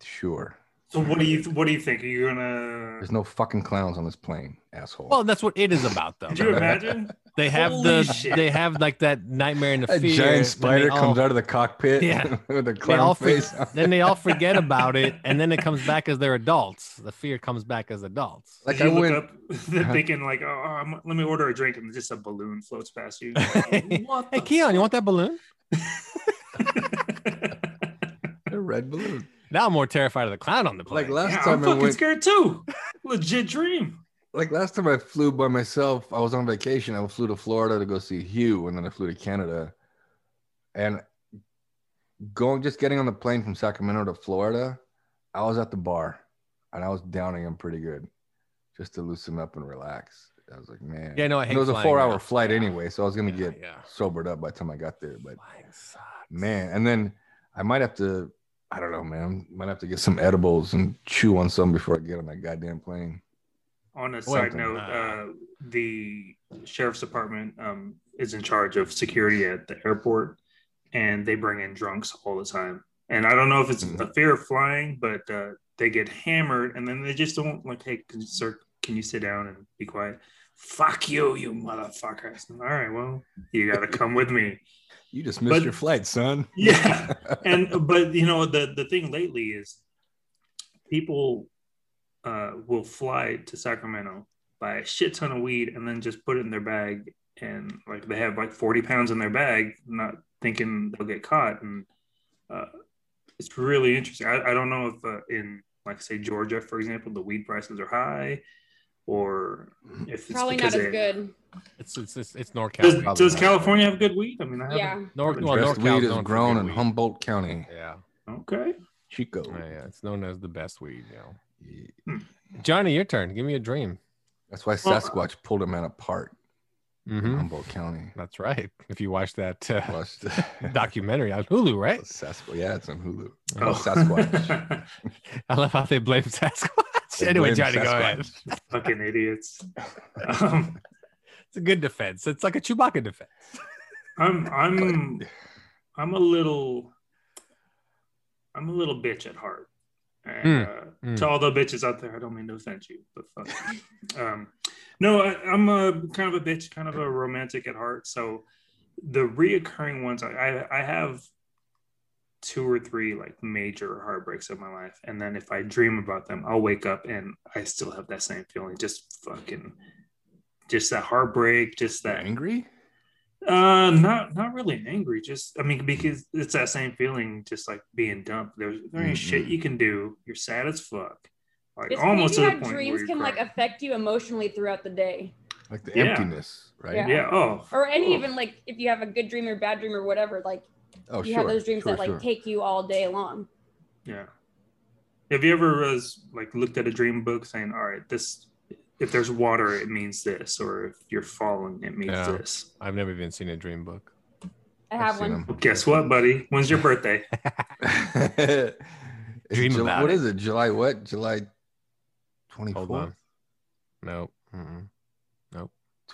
sure. So what do you what do you think? Are you gonna? There's no fucking clowns on this plane, asshole. Well, that's what it is about, though. Could you imagine? They have Holy the shit. they have like that nightmare in the a fear. oh, giant spider comes out of the cockpit Yeah. [laughs] with a They all clown for- face. on then they all forget about it, and then it comes back as they're adults. The fear comes back as adults. [laughs] Like Did I Uh-huh. you look went, up [laughs] the Huh? thinking like, oh, I'm- let me order a drink, and just a balloon floats [laughs] past you. What hey, Keon, you want that balloon? a [laughs] red balloon. Now I'm more terrified of the clown on the plane. Like last [laughs] yeah, I'm time I fucking went, scared too. Legit dream. like last time I flew by myself, I was on vacation. I flew to Florida to go see Hugh, and then I flew to Canada. And going, just getting on the plane from Sacramento to Florida, I was at the bar, and I was downing him pretty good, just to loosen up and relax. I was like, man, Yeah, no, I And hate it was a flying four-hour now. flight anyway, so I was gonna Yeah, get yeah. sobered up by the time I got there. But Flying sucks. man, and then I might have to, I don't know, man, might have to get some edibles and chew on some before I get on that goddamn plane. On a Well, side note, uh, the sheriff's department um, is in charge of security at the airport, and they bring in drunks all the time. And I don't know if it's the fear of flying, but uh, they get hammered, and then they just don't like, hey, can, sir, can you sit down and be quiet? Fuck you, you motherfucker! All right, well, you got to come with me. You just missed But- your flight, son. [laughs] Yeah. [laughs] and but you know the the thing lately is people uh will fly to sacramento buy a shit ton of weed and then just put it in their bag and like they have like 40 pounds in their bag not thinking they'll get caught and uh it's really interesting i, I don't know if uh, in like say georgia for example the weed prices are high or if it's Probably not because as they- good. It's it's it's, it's does, NorCal. Probably does not. california have good weed i mean i Yeah. haven't Nor, The no, best NorCal's weed known is for grown good in weed. Humboldt County, Yeah. okay Chico. yeah, yeah, it's known as the best weed. You know. Yeah. Johnny, your turn. Give me a dream. That's why Well- uh, Sasquatch pulled a man apart in Mm-hmm. Humboldt County. That's right. If you watch that [laughs] uh, Watched documentary on Hulu, right? Sasquatch. Yeah, it's on Hulu. Oh, Sasquatch. [laughs] I love how they blame Sasquatch. [laughs] They anyway, blame Johnny, go ahead. Sasquatch. fucking idiots. Um, It's a good defense. It's like a Chewbacca defense. I'm I'm I'm a little I'm a little bitch at heart. And, Mm, uh, mm. To all the bitches out there, I don't mean to offend you, but fuck. you. um, no, I, I'm a kind of a bitch, kind of a romantic at heart. So the reoccurring ones, I I, I have two or three like major heartbreaks of my life, and then if I dream about them, I'll wake up and I still have that same feeling, just fucking, just that heartbreak, just that Angry? uh, not not really angry. Just I mean, because it's that same feeling, just like being dumped. There's there ain't Mhm. shit you can do. You're sad as fuck. Like It's almost to crazy the how point dreams where can like a affect you emotionally throughout the day, Like the Yeah. emptiness, right? Yeah. yeah. Oh, or any oh. even like if you have a good dream or bad dream or whatever. Like Oh, you sure. have those dreams sure, that like sure. take you all day long. yeah. Have you ever uh, like looked at a dream book saying, "All right, this if there's water, it means this," or if you're falling, it means No. this. I've never even seen a dream [laughs] book. I I've have seen one. them. Well, guess what, buddy? When's your birthday? [laughs] It's Dream Ju- about What it. is it? July what? July 24th? on. No. Mm-mm.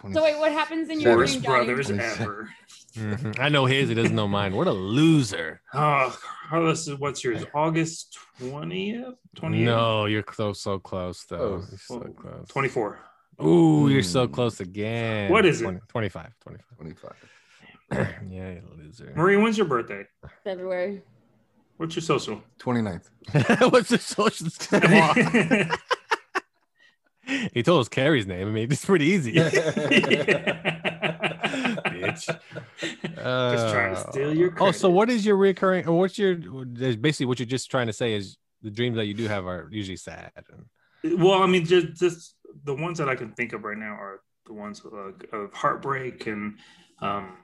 20 So wait, what happens in your Worst dream, Johnny? brothers Johnny. ever. Mm-hmm. Mhm. I know his. He doesn't know mine. What a loser. Oh, Carlos, what's yours? August twentieth, twenty No, you're so so close though. Oh, You're so oh, close. twenty four. Ooh, you're so Hmm. close again. What is it? 25. [coughs] 25. 25. yeah, you loser. Marie, when's your birthday? February. What's [laughs] your social? 29th. [laughs] What's the [laughs] social [laughs] status? yeah. he told us Carrie's name. I mean, it's pretty [laughs] [laughs] easy. Bitch. Just trying to steal your Oh, so credit. what is your recurring? Or what's your there's basically what you're just trying to say is the dreams that you do have are usually sad. And, well, I mean, just, just uh, the ones that I can think of right now are the ones of, of heartbreak and um,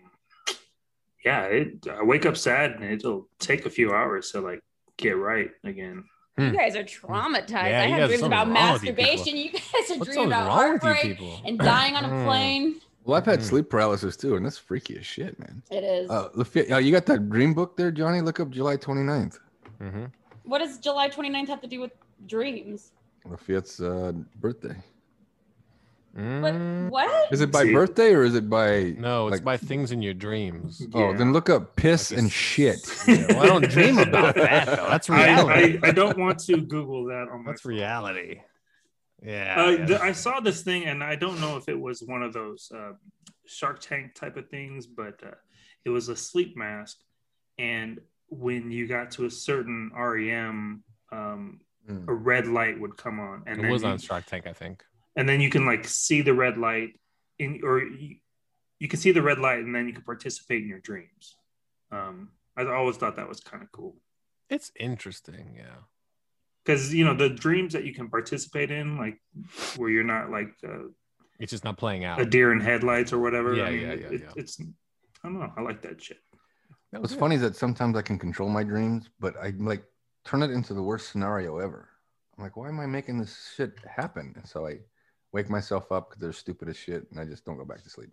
yeah, it, I wake up sad and it'll take a few hours to like get right again. You guys are traumatized. Yeah, I you had guys- dreams something's about wrong with you people. masturbation. You guys are What's dreaming about wrong with you heartbreak people? and dying on a plane. Well, I've had Mm. sleep paralysis too, and that's freaky as shit, man. It is. Uh, Lafi- uh, you got that dream book there, Johnny? Look up July 29th. hmm what does July 29th have to do with dreams? Lafayette's uh, birthday. But Mm. what? Is it by See. birthday or is it by? No, it's Mm. like- by things in your dreams. Oh, Yeah. then look up piss Like a and shit. Yeah, well, I don't [laughs] dream about that though. That's [laughs] reality. I, I, I don't want to Google that on my That's reality. Yeah. Uh, yeah. th- I saw this thing, and I don't know if it was one of those uh, Shark Tank type of things, but uh, it was a sleep mask. And when you got to a certain REM, um, Mm. a red light would come on, and it then was you, on Shark Tank, I think. and then you can like see the red light, in or you, you can see the red light, and then you can participate in your dreams. Um, I always thought that was kind of cool It's interesting. Yeah. because you know the dreams that you can participate in, like where you're not like. Uh, It's just not playing out. a deer in headlights or whatever. Yeah, I mean, yeah, it- yeah, it- yeah. It's I don't know. I like that shit. That What's was funny is that sometimes I can control my dreams, but I like turn it into the worst scenario ever. I'm like, why am I making this shit happen? And so I wake myself up because they're stupid as shit, and I just don't go back to sleep.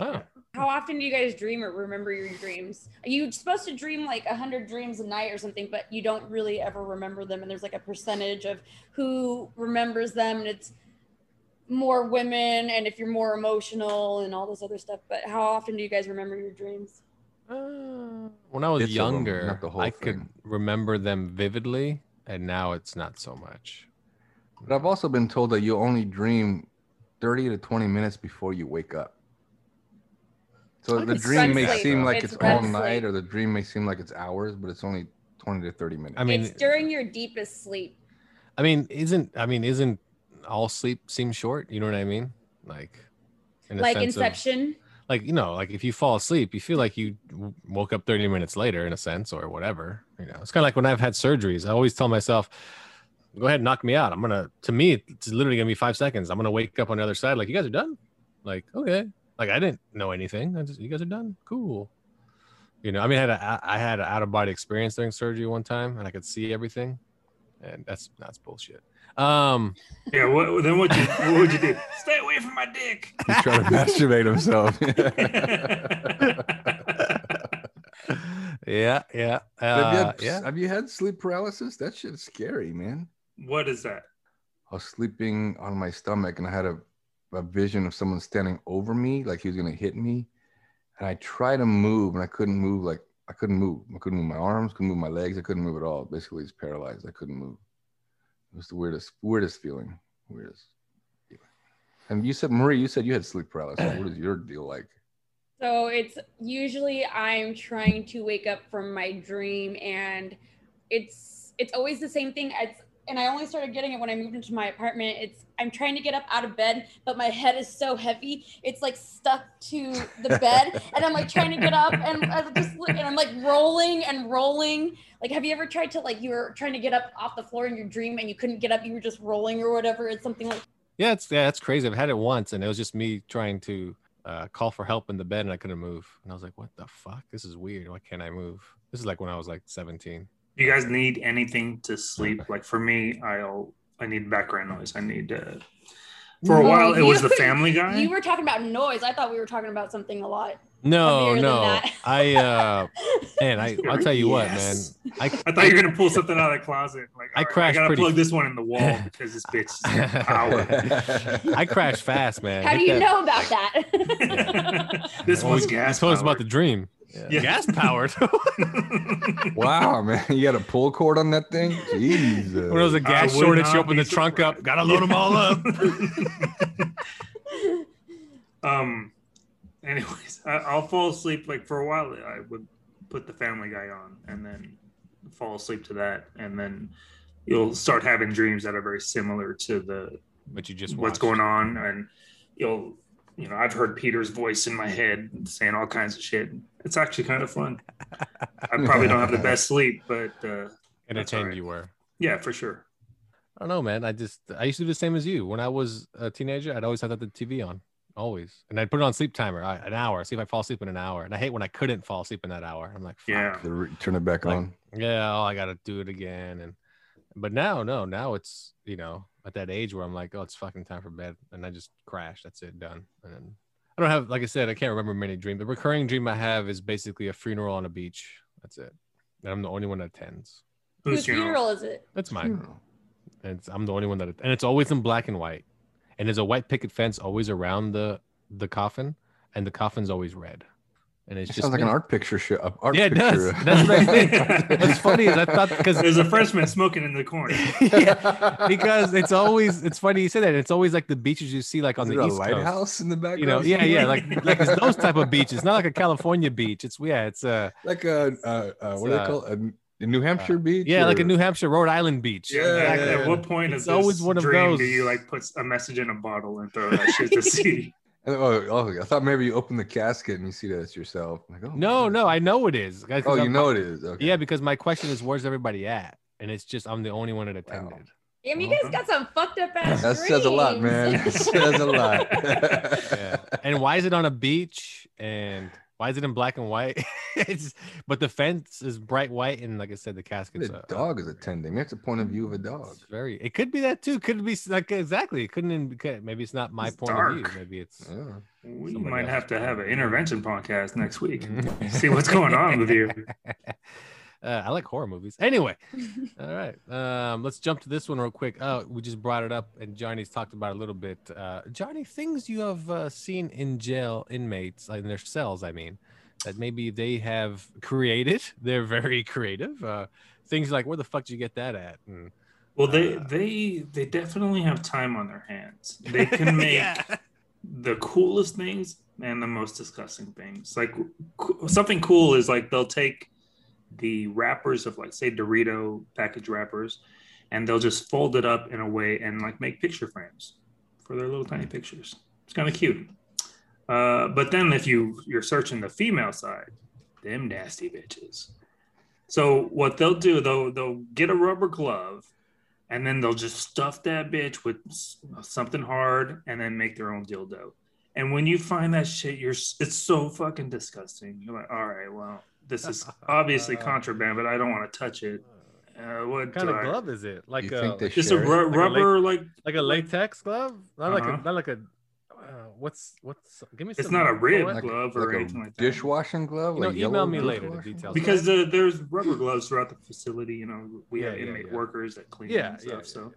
Oh, How often do you guys dream or remember your dreams? You're supposed to dream like 100 dreams a night or something, but you don't really ever remember them. And there's like a percentage of who remembers them. And it's more women and if you're more emotional and all this other stuff. But how often do you guys remember your dreams? Uh, when I was Bits of 'em, younger, not the whole I could thing. remember them vividly, and now it's not so much. But I've also been told that you only dream 30 to 20 minutes before you wake up. So I the could dream see may that, seem though. like It's it's, all red night, sleep. or the dream may seem like it's hours, but it's only 20 to 30 minutes. I [laughs] mean, it's during your deepest sleep. I mean, isn't I mean, isn't all sleep seem short? You know what I mean? Like, in a Like sense of- Inception. like you know, like if you fall asleep, you feel like you w- woke up thirty minutes later, in a sense, or whatever. You know, it's kind of like when I've had surgeries. I always tell myself, "Go ahead, knock me out." I'm gonna. To me, it's literally gonna be five seconds. I'm gonna wake up on the other side. Like you guys are done. Like okay, like I didn't know anything. I just you guys are done. Cool. You know, I mean, I had a, I I had an out of body experience during surgery one time, and I could see everything, and that's that's bullshit. Um. [laughs] Yeah. What, then what? You, what would you do? Stay away from my dick. He's trying to masturbate [laughs] himself. yeah, yeah, have, you uh, had, yeah. have you had sleep paralysis? That shit's scary, man. what is that? I was sleeping on my stomach and I had a, a vision of someone standing over me, like he was gonna hit me. And I tried to move and I couldn't move, like I couldn't move. I couldn't move my arms, couldn't move my legs, I couldn't move at all. Basically it's paralyzed. I couldn't move. It was the weirdest, weirdest feeling. Weirdest. feeling. And you said Marie, you said you had sleep paralysis. what is your deal like? So it's usually I'm trying to wake up from my dream and it's it's always the same thing. It's and I only started getting it when I moved into my apartment. It's I'm trying to get up out of bed, but my head is so heavy, it's like stuck to the bed. and I'm like trying to get up and I'm just like- and I'm like rolling and rolling. Like, have you ever tried to like you were trying to get up off the floor in your dream and you couldn't get up, you were just rolling or whatever? It's something like Yeah, it's yeah, it's crazy. I've had it once, and it was just me trying to uh, call for help in the bed, and I couldn't move. And I was like, "What the fuck? This is weird. Why can't I move?" This is like when I was like 17. You guys need anything to sleep? Like for me, I'll I need background noise. I need. Uh, for a No, while, it was you- the Family Guy. you were talking about noise. I thought we were talking about something a lot. No, Heavier than no, that. I [laughs] uh, man, I I'll tell you Yes. what, man, I thought you were gonna pull [laughs] something out of the closet. Like I all right, crashed I gotta pretty- plug this one in [laughs] the wall because this bitch is getting power. I I crash fast, man. How do Hit you that- know about that? [laughs] this Well, one's you- you gas. told us about the dream. Yeah. Gas powered. [laughs] the. wow, man. You got a pull cord on that thing? [laughs] Jesus. when it was a gas I would shortage, not you open be the trunk up. surprised. Gotta load them all up. [laughs] um anyways I, i'll fall asleep like for a while i would put the family guy on and then fall asleep to that and then you'll start having dreams that are very similar to the But you just what's watched. going on and you'll you know i've heard peter's voice in my head saying all kinds of shit it's actually kind of fun i probably [laughs] don't have the best sleep but uh That's all entertained right. you were. yeah for sure I don't know, man. I just I used to do the same as you. When I was a teenager, I'd always have the TV on always. And I'd put it on sleep timer, I- an hour, see if I fall asleep in an hour. And I hate when I couldn't fall asleep in that hour. I'm like, Fuck, Yeah. The re- turn it back Like- on. yeah, oh, I gotta do it again. And but now, no, now it's you know at that age where I'm like, oh, it's fucking time for bed, and I just crash. That's it, done. And then I don't have, like I said, I can't remember many dreams. The recurring dream I have is basically a funeral on a beach. That's it. And I'm the only one that attends. Whose funeral is it? That's mine. And it's, I'm the only one that, and it's always in black and white. And there's a white picket fence always around the the coffin, and the coffin's always red. And it's It just sounds like an me. art picture show. a Art Yeah, it does. picture. That's what I [laughs] think. What's funny is I thought because There's a freshman smoking in the corner. [laughs] [laughs] Yeah, because it's always it's funny you say that. It's always like the beaches you see like on Is the there a east coast. lighthouse in the background. You know, yeah, yeah, [laughs] like like it's those type of beaches, not like a California beach. It's yeah, it's uh like a uh, uh, It's, what do they uh, call it? A, a New Hampshire beach? yeah, like a or- New Hampshire, Rhode Island beach. Yeah, Like, yeah, yeah. At what point It's is this always one of dream those. do you like put a message in a bottle and throw that shit [laughs] to sea? Oh, oh, I thought maybe you open the casket and you see that it's yourself. Like, oh, No, no, I know it is. Guys, 'cause Oh, you I'm- know it is. Okay. Yeah, because my question is, where's everybody at? And it's just I'm the only one that attended. Damn, you guys got some fucked up ass. That says a lot, dreams. [laughs] [laughs] man. That says a lot. [laughs] Yeah. And why is it on a beach? And why is it in black and white? [laughs] it's but the fence is bright white, and like I said, the casket's The uh, dog is attending. That's a point of view of a dog. It's very. It could be that too. Could be s- like exactly. It couldn't. even- could- Maybe it's not my It's point of dark. view. Maybe it's. Yeah. We Somebody might else. have to have an intervention podcast next [laughs] week. See what's going on with you. [laughs] Uh, I like horror movies. Anyway, all right. Um, let's jump to this one real quick. Uh, we just brought it up, and Johnny's talked about it a little bit. Uh, Johnny, things you have uh, seen in jail inmates, like in their cells, I mean, that maybe they have created. [laughs] They're very creative. Uh, things like, where the fuck did you get that at? [laughs] And, Well, they Uh, they they definitely have time on their hands. They [laughs] can make the coolest things and the most disgusting things. Like co- something cool is like they'll take the wrappers of like say Dorito package wrappers, and they'll just fold it up in a way and like make picture frames for their little tiny pictures. It's kind of cute. Uh, but then if you you're searching the female side, them nasty bitches. So what they'll do they'll they'll get a rubber glove and then they'll just stuff that bitch with s- something hard and then make their own dildo. And when you find that shit, you're s- it's so fucking disgusting. You're like, all right, well, this is obviously contraband, but I don't want to touch it. Uh, what What kind do of I- glove is it? Like You a, think they Just a Sherry? ru- Like a rubber, like like a latex glove, not like Uh-huh. a not like a uh, what's what's give me. It's some- not a red oh, what- Like, glove or like a anything like that. dishwashing glove. You know, like email yellow me later the dishwashing? details. because the, there's rubber gloves throughout the facility. You know, we have Yeah, yeah, inmate yeah. workers that clean Yeah, and yeah, yeah, stuff. so,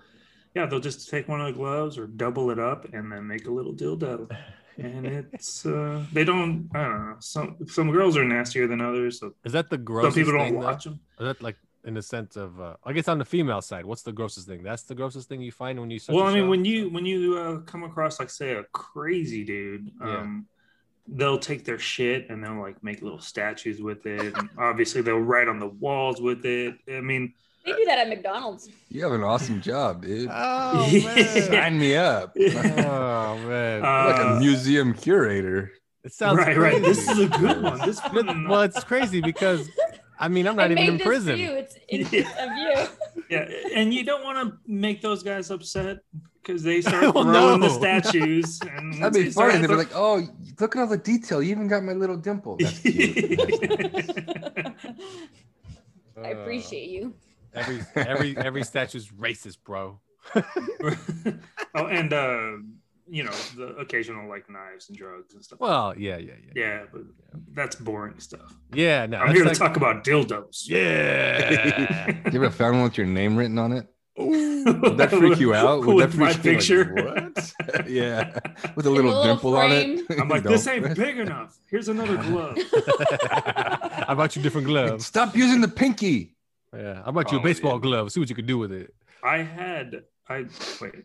yeah, they'll just take one of the gloves or double it up and then make a little dildo. [laughs] And it's uh, they don't. I don't know. Some some girls are nastier than others. So Is that the grossest some people don't thing? though? watch them. Is that like in the sense of uh, I guess on the female side, what's the grossest thing? That's the grossest thing you find when you. search well a i mean shop? when you when you uh, come across like say a crazy dude Yeah. um they'll take their shit and they'll like make little statues with it and obviously they'll write on the walls with it i mean They do that at McDonald's. You have an awesome job, [laughs] dude. [laughs] Oh Yeah. man! Sign me [laughs] up. [laughs] oh man! like uh, a museum curator. it [laughs] sounds right right this is crazy. a good one [laughs] this one uh, well, it's crazy because I mean I'm I not even made in this prison. For you. It's, it's of you. yeah and you don't want to make those guys upset because [laughs] they start Well, throwing Oh, no. the [laughs] statues and That'd be funny. They'd be like, "Oh, look at all the detail. You even got my little dimple. That's [laughs] cute." [laughs] I [laughs] appreciate you. Uh, every every every statue's racist, bro. [laughs] oh and uh you know the occasional like knives and drugs and stuff Well, yeah, yeah, yeah, yeah but that's boring stuff yeah. No, I'm that's here like- to talk about dildos. [laughs] Yeah. [laughs] you ever found one with your name written on [laughs] it? Would Would that freak you out? Would With that my freak you picture. out? [laughs] Like, what? [laughs] yeah, with a In little, a little dimple on it. [laughs] frame. I'm like, this Don't- ain't big enough. Here's another glove. I bought you different gloves. Stop using the pinky. Yeah, I bought you a Oh, baseball yeah. glove. See what you could do with it. I had I wait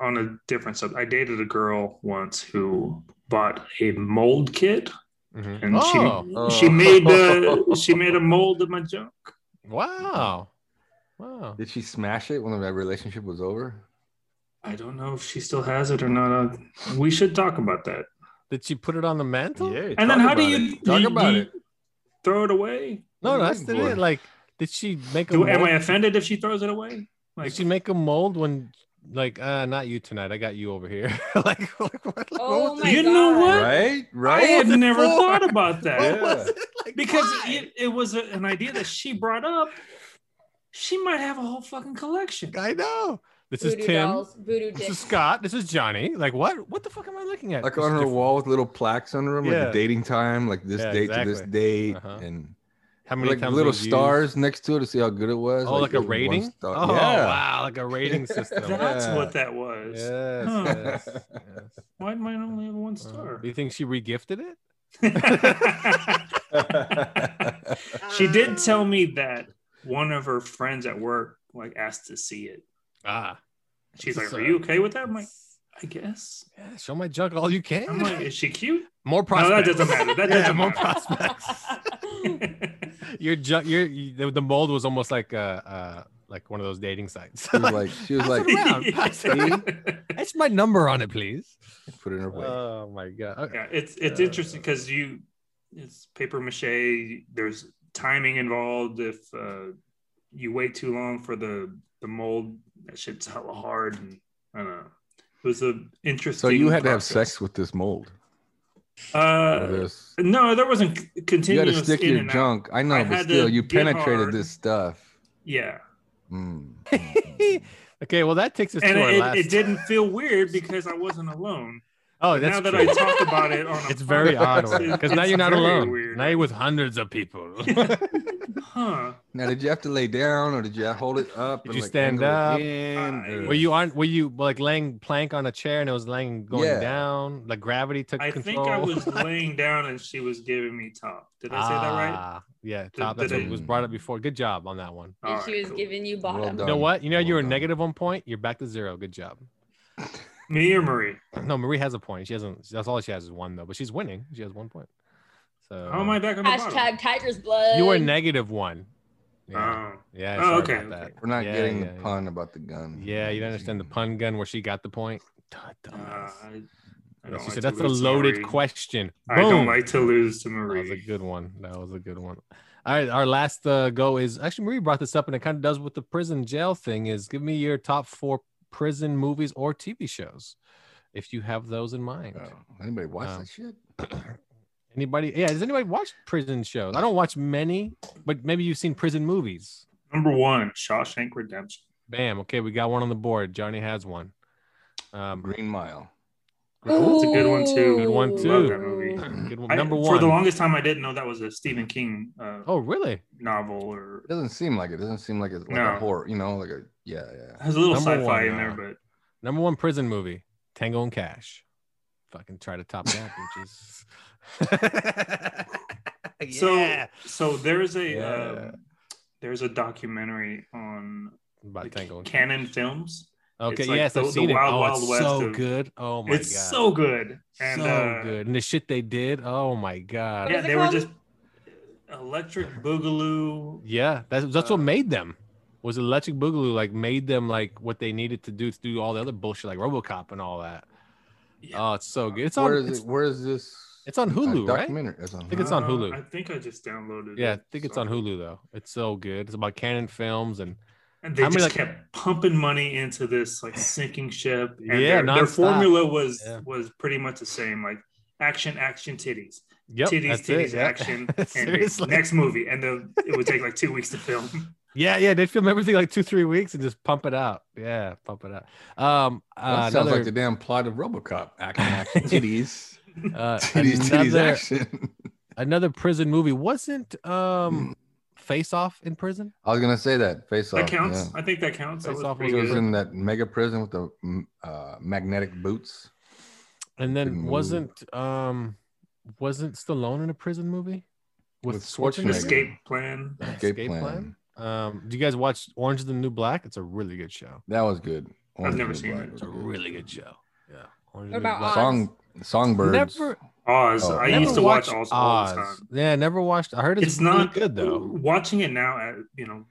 on a different sub. I dated a girl once who bought a mold kit, and Oh, she she made uh, she made a mold of my junk. wow, wow. [laughs] Did she smash it when that relationship was over? I don't know if she still has it or not. Uh, We should talk about that. Did she put it on the mantle? And then how do you talk do- about do you it? Throw it away. No, no, What are that's you the, looking it. for? Like, did she make a Do, mold? am I offended if she throws it away? Like did she make a mold when like uh not you tonight i got you over here [laughs] like, like, what- like, what Oh was my it- You know God. what? Right? I Right? was had it [laughs] never for? thought about what that was it? Like, because why? it, it was a- an idea that she brought up. She might have a whole fucking collection. i know this is Voodoo tim dolls, voodoo this is dicks. scott this is johnny like what what the fuck am i looking at Like This on is her different. wall with little plaques under them, like Yeah. the dating time, like this Yeah, date to this exactly. date, Uh-huh. and how many like times little we've used- stars next to it to see how good it was. oh like, a it was one rating star- oh yeah. wow like a [laughs] rating system That's Yeah. what that was. Yes, Huh. yes, yes. Why did mine only have one Uh, star? do you think she regifted it? [laughs] [laughs] she [laughs] did tell me that one of her friends at work like asked to see it. Ah, She's like, So- "Are you okay with that?" I'm like, "I guess." yeah, show my junk all you can. I'm like, "Is she cute?" [laughs] more No, that prospects. doesn't matter. That yeah, doesn't more matter. [laughs] prospects. your junk, your you- the- the mold was almost like uh, uh like one of those dating sites. [laughs] She was like, she was Pass like, it around, pass it around. Etch my number on it, please. put it in her plate. Oh my god. Okay. [laughs] yeah, it's it's Uh, interesting because you, it's paper mache. There's timing involved. If uh, you wait too long for the the mold, that shit's hella hard. And, I don't know. It was an so interesting. you had to have process. sex with this mold. Or Uh, this- no, there wasn't c- you got continuous. to stick in your and out. junk. I know, I but had still, to you get penetrated hard. this stuff. Yeah, Mm. okay, well that takes us and to our it, last. [laughs] it didn't feel weird because I wasn't alone. oh, now that's that true. I talk about it [laughs] on a [laughs] it's very odd podcast, because it's now you're not very alone. weird. Now you're with hundreds of [laughs] people. huh? Now, did you have to lay down, or did you hold it up? Did and, [laughs] you like, stand angle it up? in, or- Were you on? Were you like laying plank on a chair and it was laying going Yeah. down? Like gravity took I control. think I was laying down and she was giving me top. Did I say that right? Ah, Yeah, top. That's did what I- was brought up before. Good job on that one. And she Alright, was cool. giving you Well bottom. done. You know what? You know you Well were done. negative one point. You're back to zero. Good job. [clears throat] me or Marie? No, Marie has a point. She hasn't. That's all she has is one though. But she's winning. She has one point. So How am I back on the bottom? Hashtag Tiger's blood. you were negative one. Yeah. Oh, yeah. Oh, sorry okay, about that. okay. We're not Yeah, getting yeah, the yeah. pun about the gun. Yeah, you don't understand the pun gun where she got the point. Duh, uh, dumbass. I, I Yeah, don't she like said to that's a lose to loaded Marie. question. I don't Boom. like to lose to That was a Marie. good one. That was a good one. All right, our last uh, go is actually Marie brought this up, and it kind of does with the prison jail thing. Is give me your top four prison movies or TV shows, if you have those in mind. Oh, anybody watch Um, that shit? Oh. [clears throat] Anybody? Yeah, does anybody watch prison shows? I don't watch many, but maybe you've seen prison movies. Number one, Shawshank Redemption. Bam. Okay, we got one on the board. Johnny has one. Um, Green Mile. That's a good one, too. Good one, Love too. that movie. good one. I- Number For one. the longest time, I didn't know that was a Stephen King uh, oh, really? novel or It doesn't seem like it. Doesn't seem like it's like No. a horror. You know, like a yeah, yeah. has a little Number sci-fi one, in there, uh, but Number one prison movie, Tango and Cash. Fucking try to top that, [laughs] bitches. yeah. [laughs] so so there's a Yeah. um, there's a documentary on About the Tango and Canon Films. Okay, it's like yes, the- I've the seen it. Wild oh, Wild it's West so of- good. Oh my it's god. so good and so uh, good. And the shit they did. Oh my god. Yeah, is it they were called? just electric boogaloo. Yeah, that's that's Uh, what made them. Was Electric Boogaloo like made them like what they needed to do to do all the other bullshit like RoboCop and all that? Yeah. Uh, Oh, it's so good. It's Where on. is It's, it? Where is this? it's on uh, Hulu, right? documentary? It's on think it's on Uh, Hulu. I think I just downloaded. Yeah, I it, think it's so- on Hulu though. It's so good. It's about Canon Films and And they How just many, like- kept pumping money into this like sinking ship. And Yeah, their, their nonstop. formula was Yeah. was pretty much the same. Like action, action, titties, yep, titties, that's it, titties, yeah. [laughs] action, and Seriously. next movie. And then it would take like two weeks to [laughs] film. Yeah, yeah, they film everything like two, three weeks and just pump it out. Yeah, pump it out. Um, That uh, sounds another, like the damn plot of RoboCop. [laughs] Action, action, titties, [laughs] uh, titties, titties, another, action. another prison movie. Wasn't Hmm. um, Face Off in prison? I was gonna say that. Face off. that counts. yeah. I think that counts. That Face was Off was pretty He was good. in that mega prison with the mm, uh, magnetic boots. And Good then movie. wasn't um, wasn't Stallone in a prison movie with, With Schwarzenegger? Schwarzenegger. Escape plan. Escape, Escape plan. Plan? Um, do you guys watch Orange is the New Black? It's a really good show. That was good. Orange never is the seen Black it. was It's a good. really good show. Yeah. Orange is What the New about Black. uh, Oz? Song songbirds. Never, Oz. Oh, I never used to watch watched Oz all the time. Yeah, never watched. I heard it's, It's not good though. Watching it now, at you know,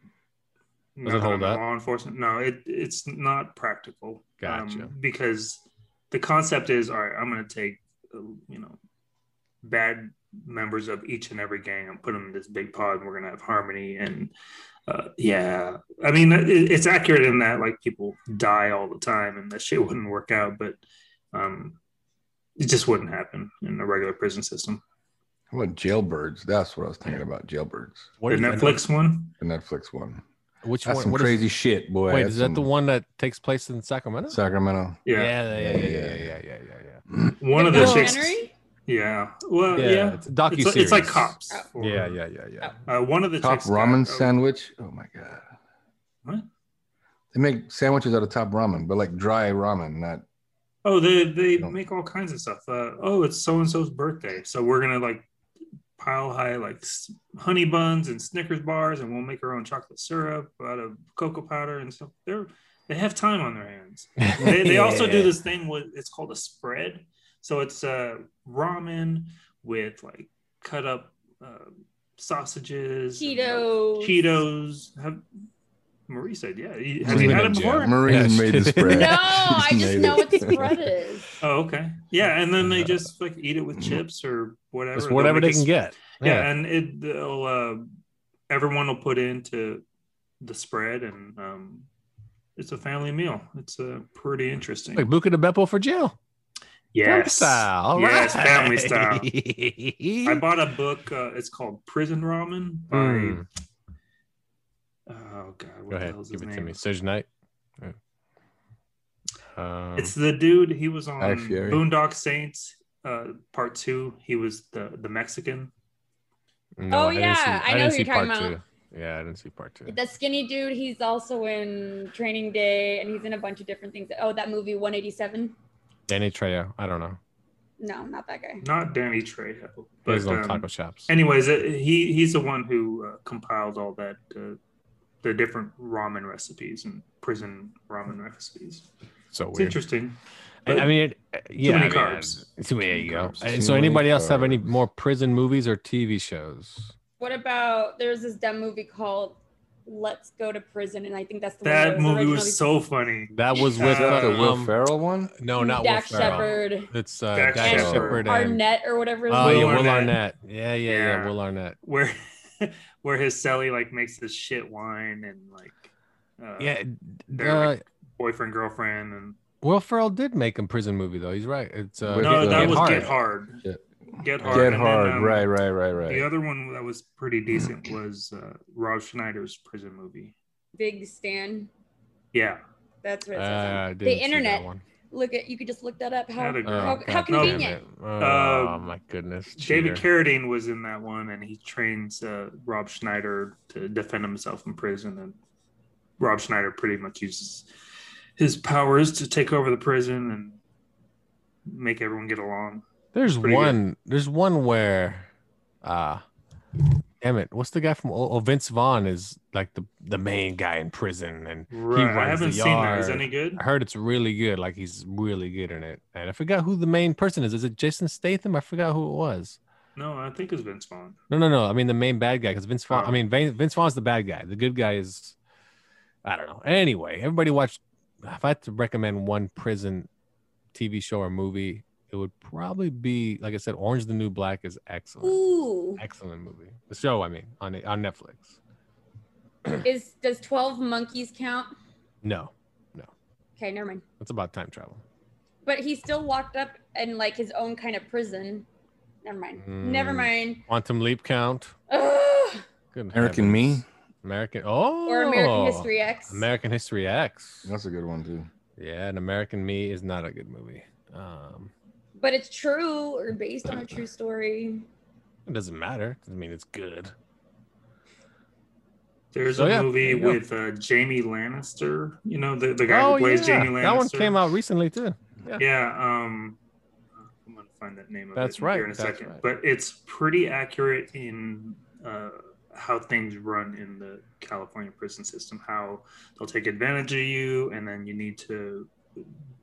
Does it now that hold I'm in up? Law enforcement. No, it it's not practical. Um, Gotcha. because the concept is all right. I'm going to take uh, you know bad members of each and every gang and put them in this big pod, and we're going to have harmony and Uh, yeah, I mean it, it's accurate in that like people die all the time and that shit [laughs] wouldn't work out, but um, it just wouldn't happen in the regular prison system. How about Jailbirds? That's what I was thinking about. Jailbirds, What the is that? Netflix one, the Netflix one. Which That's one? some What is- crazy shit, boy. wait, That's is that the some- one that takes place in Sacramento? Sacramento? yeah, yeah, yeah, yeah, yeah, yeah, yeah, yeah. yeah. one of the chicks, documentary? yeah, well, Uh, yeah, it's a docu It's, like- series. it's like cops. or- Yeah, yeah, yeah, yeah. Uh, one of the Top chicks got- ramen uh, sandwich. Oh my god. What? They make sandwiches out of top ramen, but like dry ramen, not Oh, they they No. make all kinds of stuff. Uh, oh, it's so and so's birthday, so we're gonna like pile high like s- honey buns and Snickers bars, and we'll make our own chocolate syrup out of cocoa powder and stuff. They're they have time on [laughs] their hands. [laughs] They, they also do this thing with it's called a spread. So it's uh, ramen with like cut up uh, sausages, and, like, Cheetos. Cheetos. Have, Marie said, "Yeah, You- have you Marina had Jam. it before?" Marina Yeah, [laughs] made the she- spread. No, I She just made know it. what the [laughs] spread is. Oh, okay. Yeah, and then they just like eat it with chips or whatever. Mm-hmm. Just They'll whatever make they a can s- get. Yeah, and it they'll, uh, everyone will put into the spread, and um, it's a family meal. It's uh, pretty interesting. Like Buca de Beppo for jail. Family yes, Style. All right. yes, family style. [laughs] I bought a book. Uh, it's called Prison Ramen by. Mm. Oh God, what Go the ahead. hell's his Give it name? to me. Serge Knight. Um, It's the dude. He was on Guy Fieri. Boondock Saints, uh, Part Two. He was the the Mexican. Oh, Um, didn't yeah, see- I know didn't who see you're talking part about. Two. Yeah, I didn't see part two. That skinny dude, he's also in Training Day and he's in a bunch of different things. Oh, that movie 187? Danny Trejo. I don't know. No, not that guy. Not Danny Trejo, He but was on um, taco shops. anyways uh, he he's the one who uh, compiled all that uh, the different ramen recipes and prison ramen recipes so it's weird. interesting I, I mean, it, uh, yeah. too many I mean, carbs Too many, there you go. Carbs. And Too so, many anybody else have any carbs. more prison movies or TV shows? What about there's this dumb movie called Let's Go to Prison, and I think that's the that one movie was so funny That was with Uh, The uh, Will um, Ferrell one? no, not Dak Will Ferrell. Shepard, It's uh, Dak Dak, Shepard. Shepard and Arnett, or whatever. his oh, name yeah, is. Will Arnett. Arnett. Yeah, yeah, yeah, Yeah. Will Arnett. where [laughs] where his celly like makes this shit wine and like uh, Yeah, they're uh, like boyfriend girlfriend and Will Ferrell did make a prison movie though. He's right. It's uh, With, no uh, that Get was Hard. get hard Yeah. get hard Get and then, hard, um, right, right, right, right. the other one that was Hmm. pretty decent was uh, Rob Schneider's prison movie. Big Stan. Yeah, That's what it Uh, says. I on- didn't the see that internet. one. Look at you could just look that up. How Had a Oh, girl. How- God how damn convenient. it. Oh Um, my goodness. David cheater. Carradine was in that one, and he trains uh, Rob Schneider to defend himself in prison. And Rob Schneider pretty much uses his powers to take over the prison and make everyone get along. There's Pretty good. one. There's one where, uh damn it, what's the guy from? Oh, oh, Vince Vaughn is like the the main guy in prison, and he Right. runs I haven't the seen that. Is yard. any good? I heard it's really good. Like he's really good in it. And I forgot who the main person is. Is it Jason Statham? I forgot who it was. No, I think it's Vince Vaughn. No, no, no. I mean the main bad guy because Vince Vaughn. Oh. I mean Vin- Vince Vaughn's the bad guy. The good guy is, I don't know. Anyway, everybody watch. If I had to recommend one prison TV show or movie, it would probably be like I said, Orange is the New Black is excellent, Ooh, excellent movie. The show, I mean, on on Netflix. is does twelve monkeys count? No, Okay, never mind. it's about time travel. But he's still locked up in like his own kind of prison. Never mind. Never Mm. mind. Quantum Leap Count. Ugh. Good American heavens. Me. American. Oh, Or American History X. American History X. That's a good one too. Yeah, and American Me is not a good movie. Um, but it's true or based on a true story. It doesn't matter. I mean, it's good. There's Oh, a yeah. movie There you go. with uh, Jamie Lannister. You know the, the guy who plays Jamie Lannister. Oh, that one came out recently too. [laughs] Yeah, um I'm gonna find that name of That's it right, here in a that's second. right. But it's pretty accurate in uh, how things run in the California prison system, how they'll take advantage of you and then you need to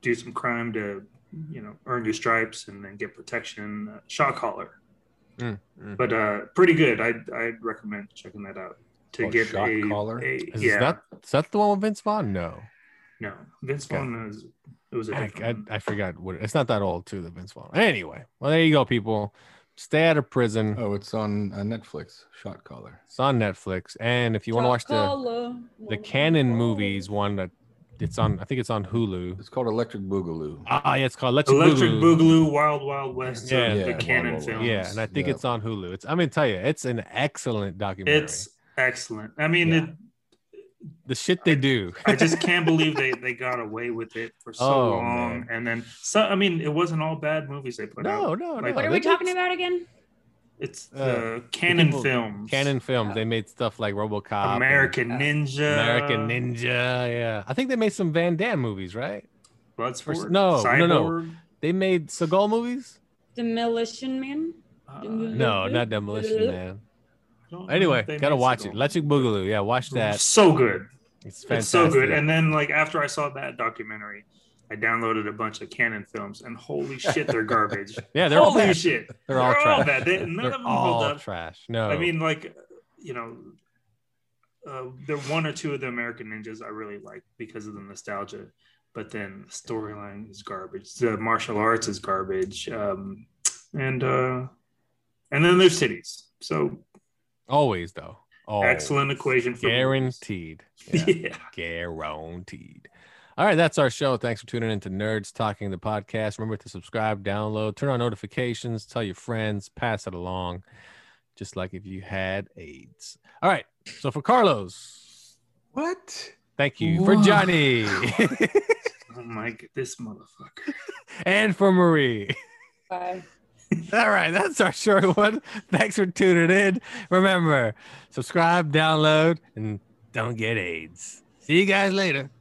do some crime to you know earn your stripes and then get protection uh, shot collar Mm, but uh pretty good i'd i'd recommend checking that out to Oh, get Shot a, Collar? a- Is yeah that is that the one with Vince Vaughn? No, no this Okay. one was it was a I, different I, one. I forgot what. It's not that old too. The Vince Vaughn. Anyway, well there you go, people. Stay out of prison. Oh, it's on uh, Netflix. Shot caller. It's on Netflix. And if you want to watch the the canon movies one that it's on, I think it's on Hulu. It's called Electric Boogaloo. Ah, yeah, it's called Electric, Electric Boogaloo. Boogaloo, Wild Wild West, Yeah. yeah, Yeah, the Wild canon Wild West. films. Yeah, and I think Yeah. it's on Hulu. It's I'm gonna tell you, it's an excellent documentary. it's excellent. I mean, Yeah. it, the shit they do. I just can't believe they, they got away with it for [laughs] so Oh, long. man. And then, so I mean, it wasn't all bad movies they put out. No, no, no. Like, What are we talking about again? It's Uh, the canon people- films. Canon films. They made stuff like RoboCop, and American Ninja. uh, American Ninja. Yeah, I think they made some Van Damme movies, right? Bloodsport. No, no, no. Cyborg. They made Seagal movies. Demolition Man. Uh, No, not Demolition Man. I don't know Anyway, if they gotta made watch it. sequel. Electric Boogaloo. Yeah, watch that. So good. It's fantastic. It's so good. And then, like, after I saw that documentary, I downloaded a bunch of canon films, and holy shit, they're garbage. yeah, they're all holy trash. shit. They're all trash. bad. They, none They're of them hold all up. trash. No, I mean, like, you know, uh, there one or two of the American Ninjas I really like because of the nostalgia, but then the storyline is garbage. The martial arts is garbage, um, and uh, and then there's titties. So always though. Oh, excellent equation for movies. [laughs] Guaranteed. Yeah. Yeah. Guaranteed. All right, that's our show. Thanks for tuning in to Nerds Talking the Podcast. Remember to subscribe, download, turn on notifications, tell your friends, pass it along, just like if you had AIDS. All right, so for Carlos, What? thank you. For Whoa. Johnny [laughs] Oh my god, this motherfucker. and for Marie. Bye. All right, that's our short one. Thanks for tuning in. Remember, subscribe, download, and don't get AIDS. See you guys later.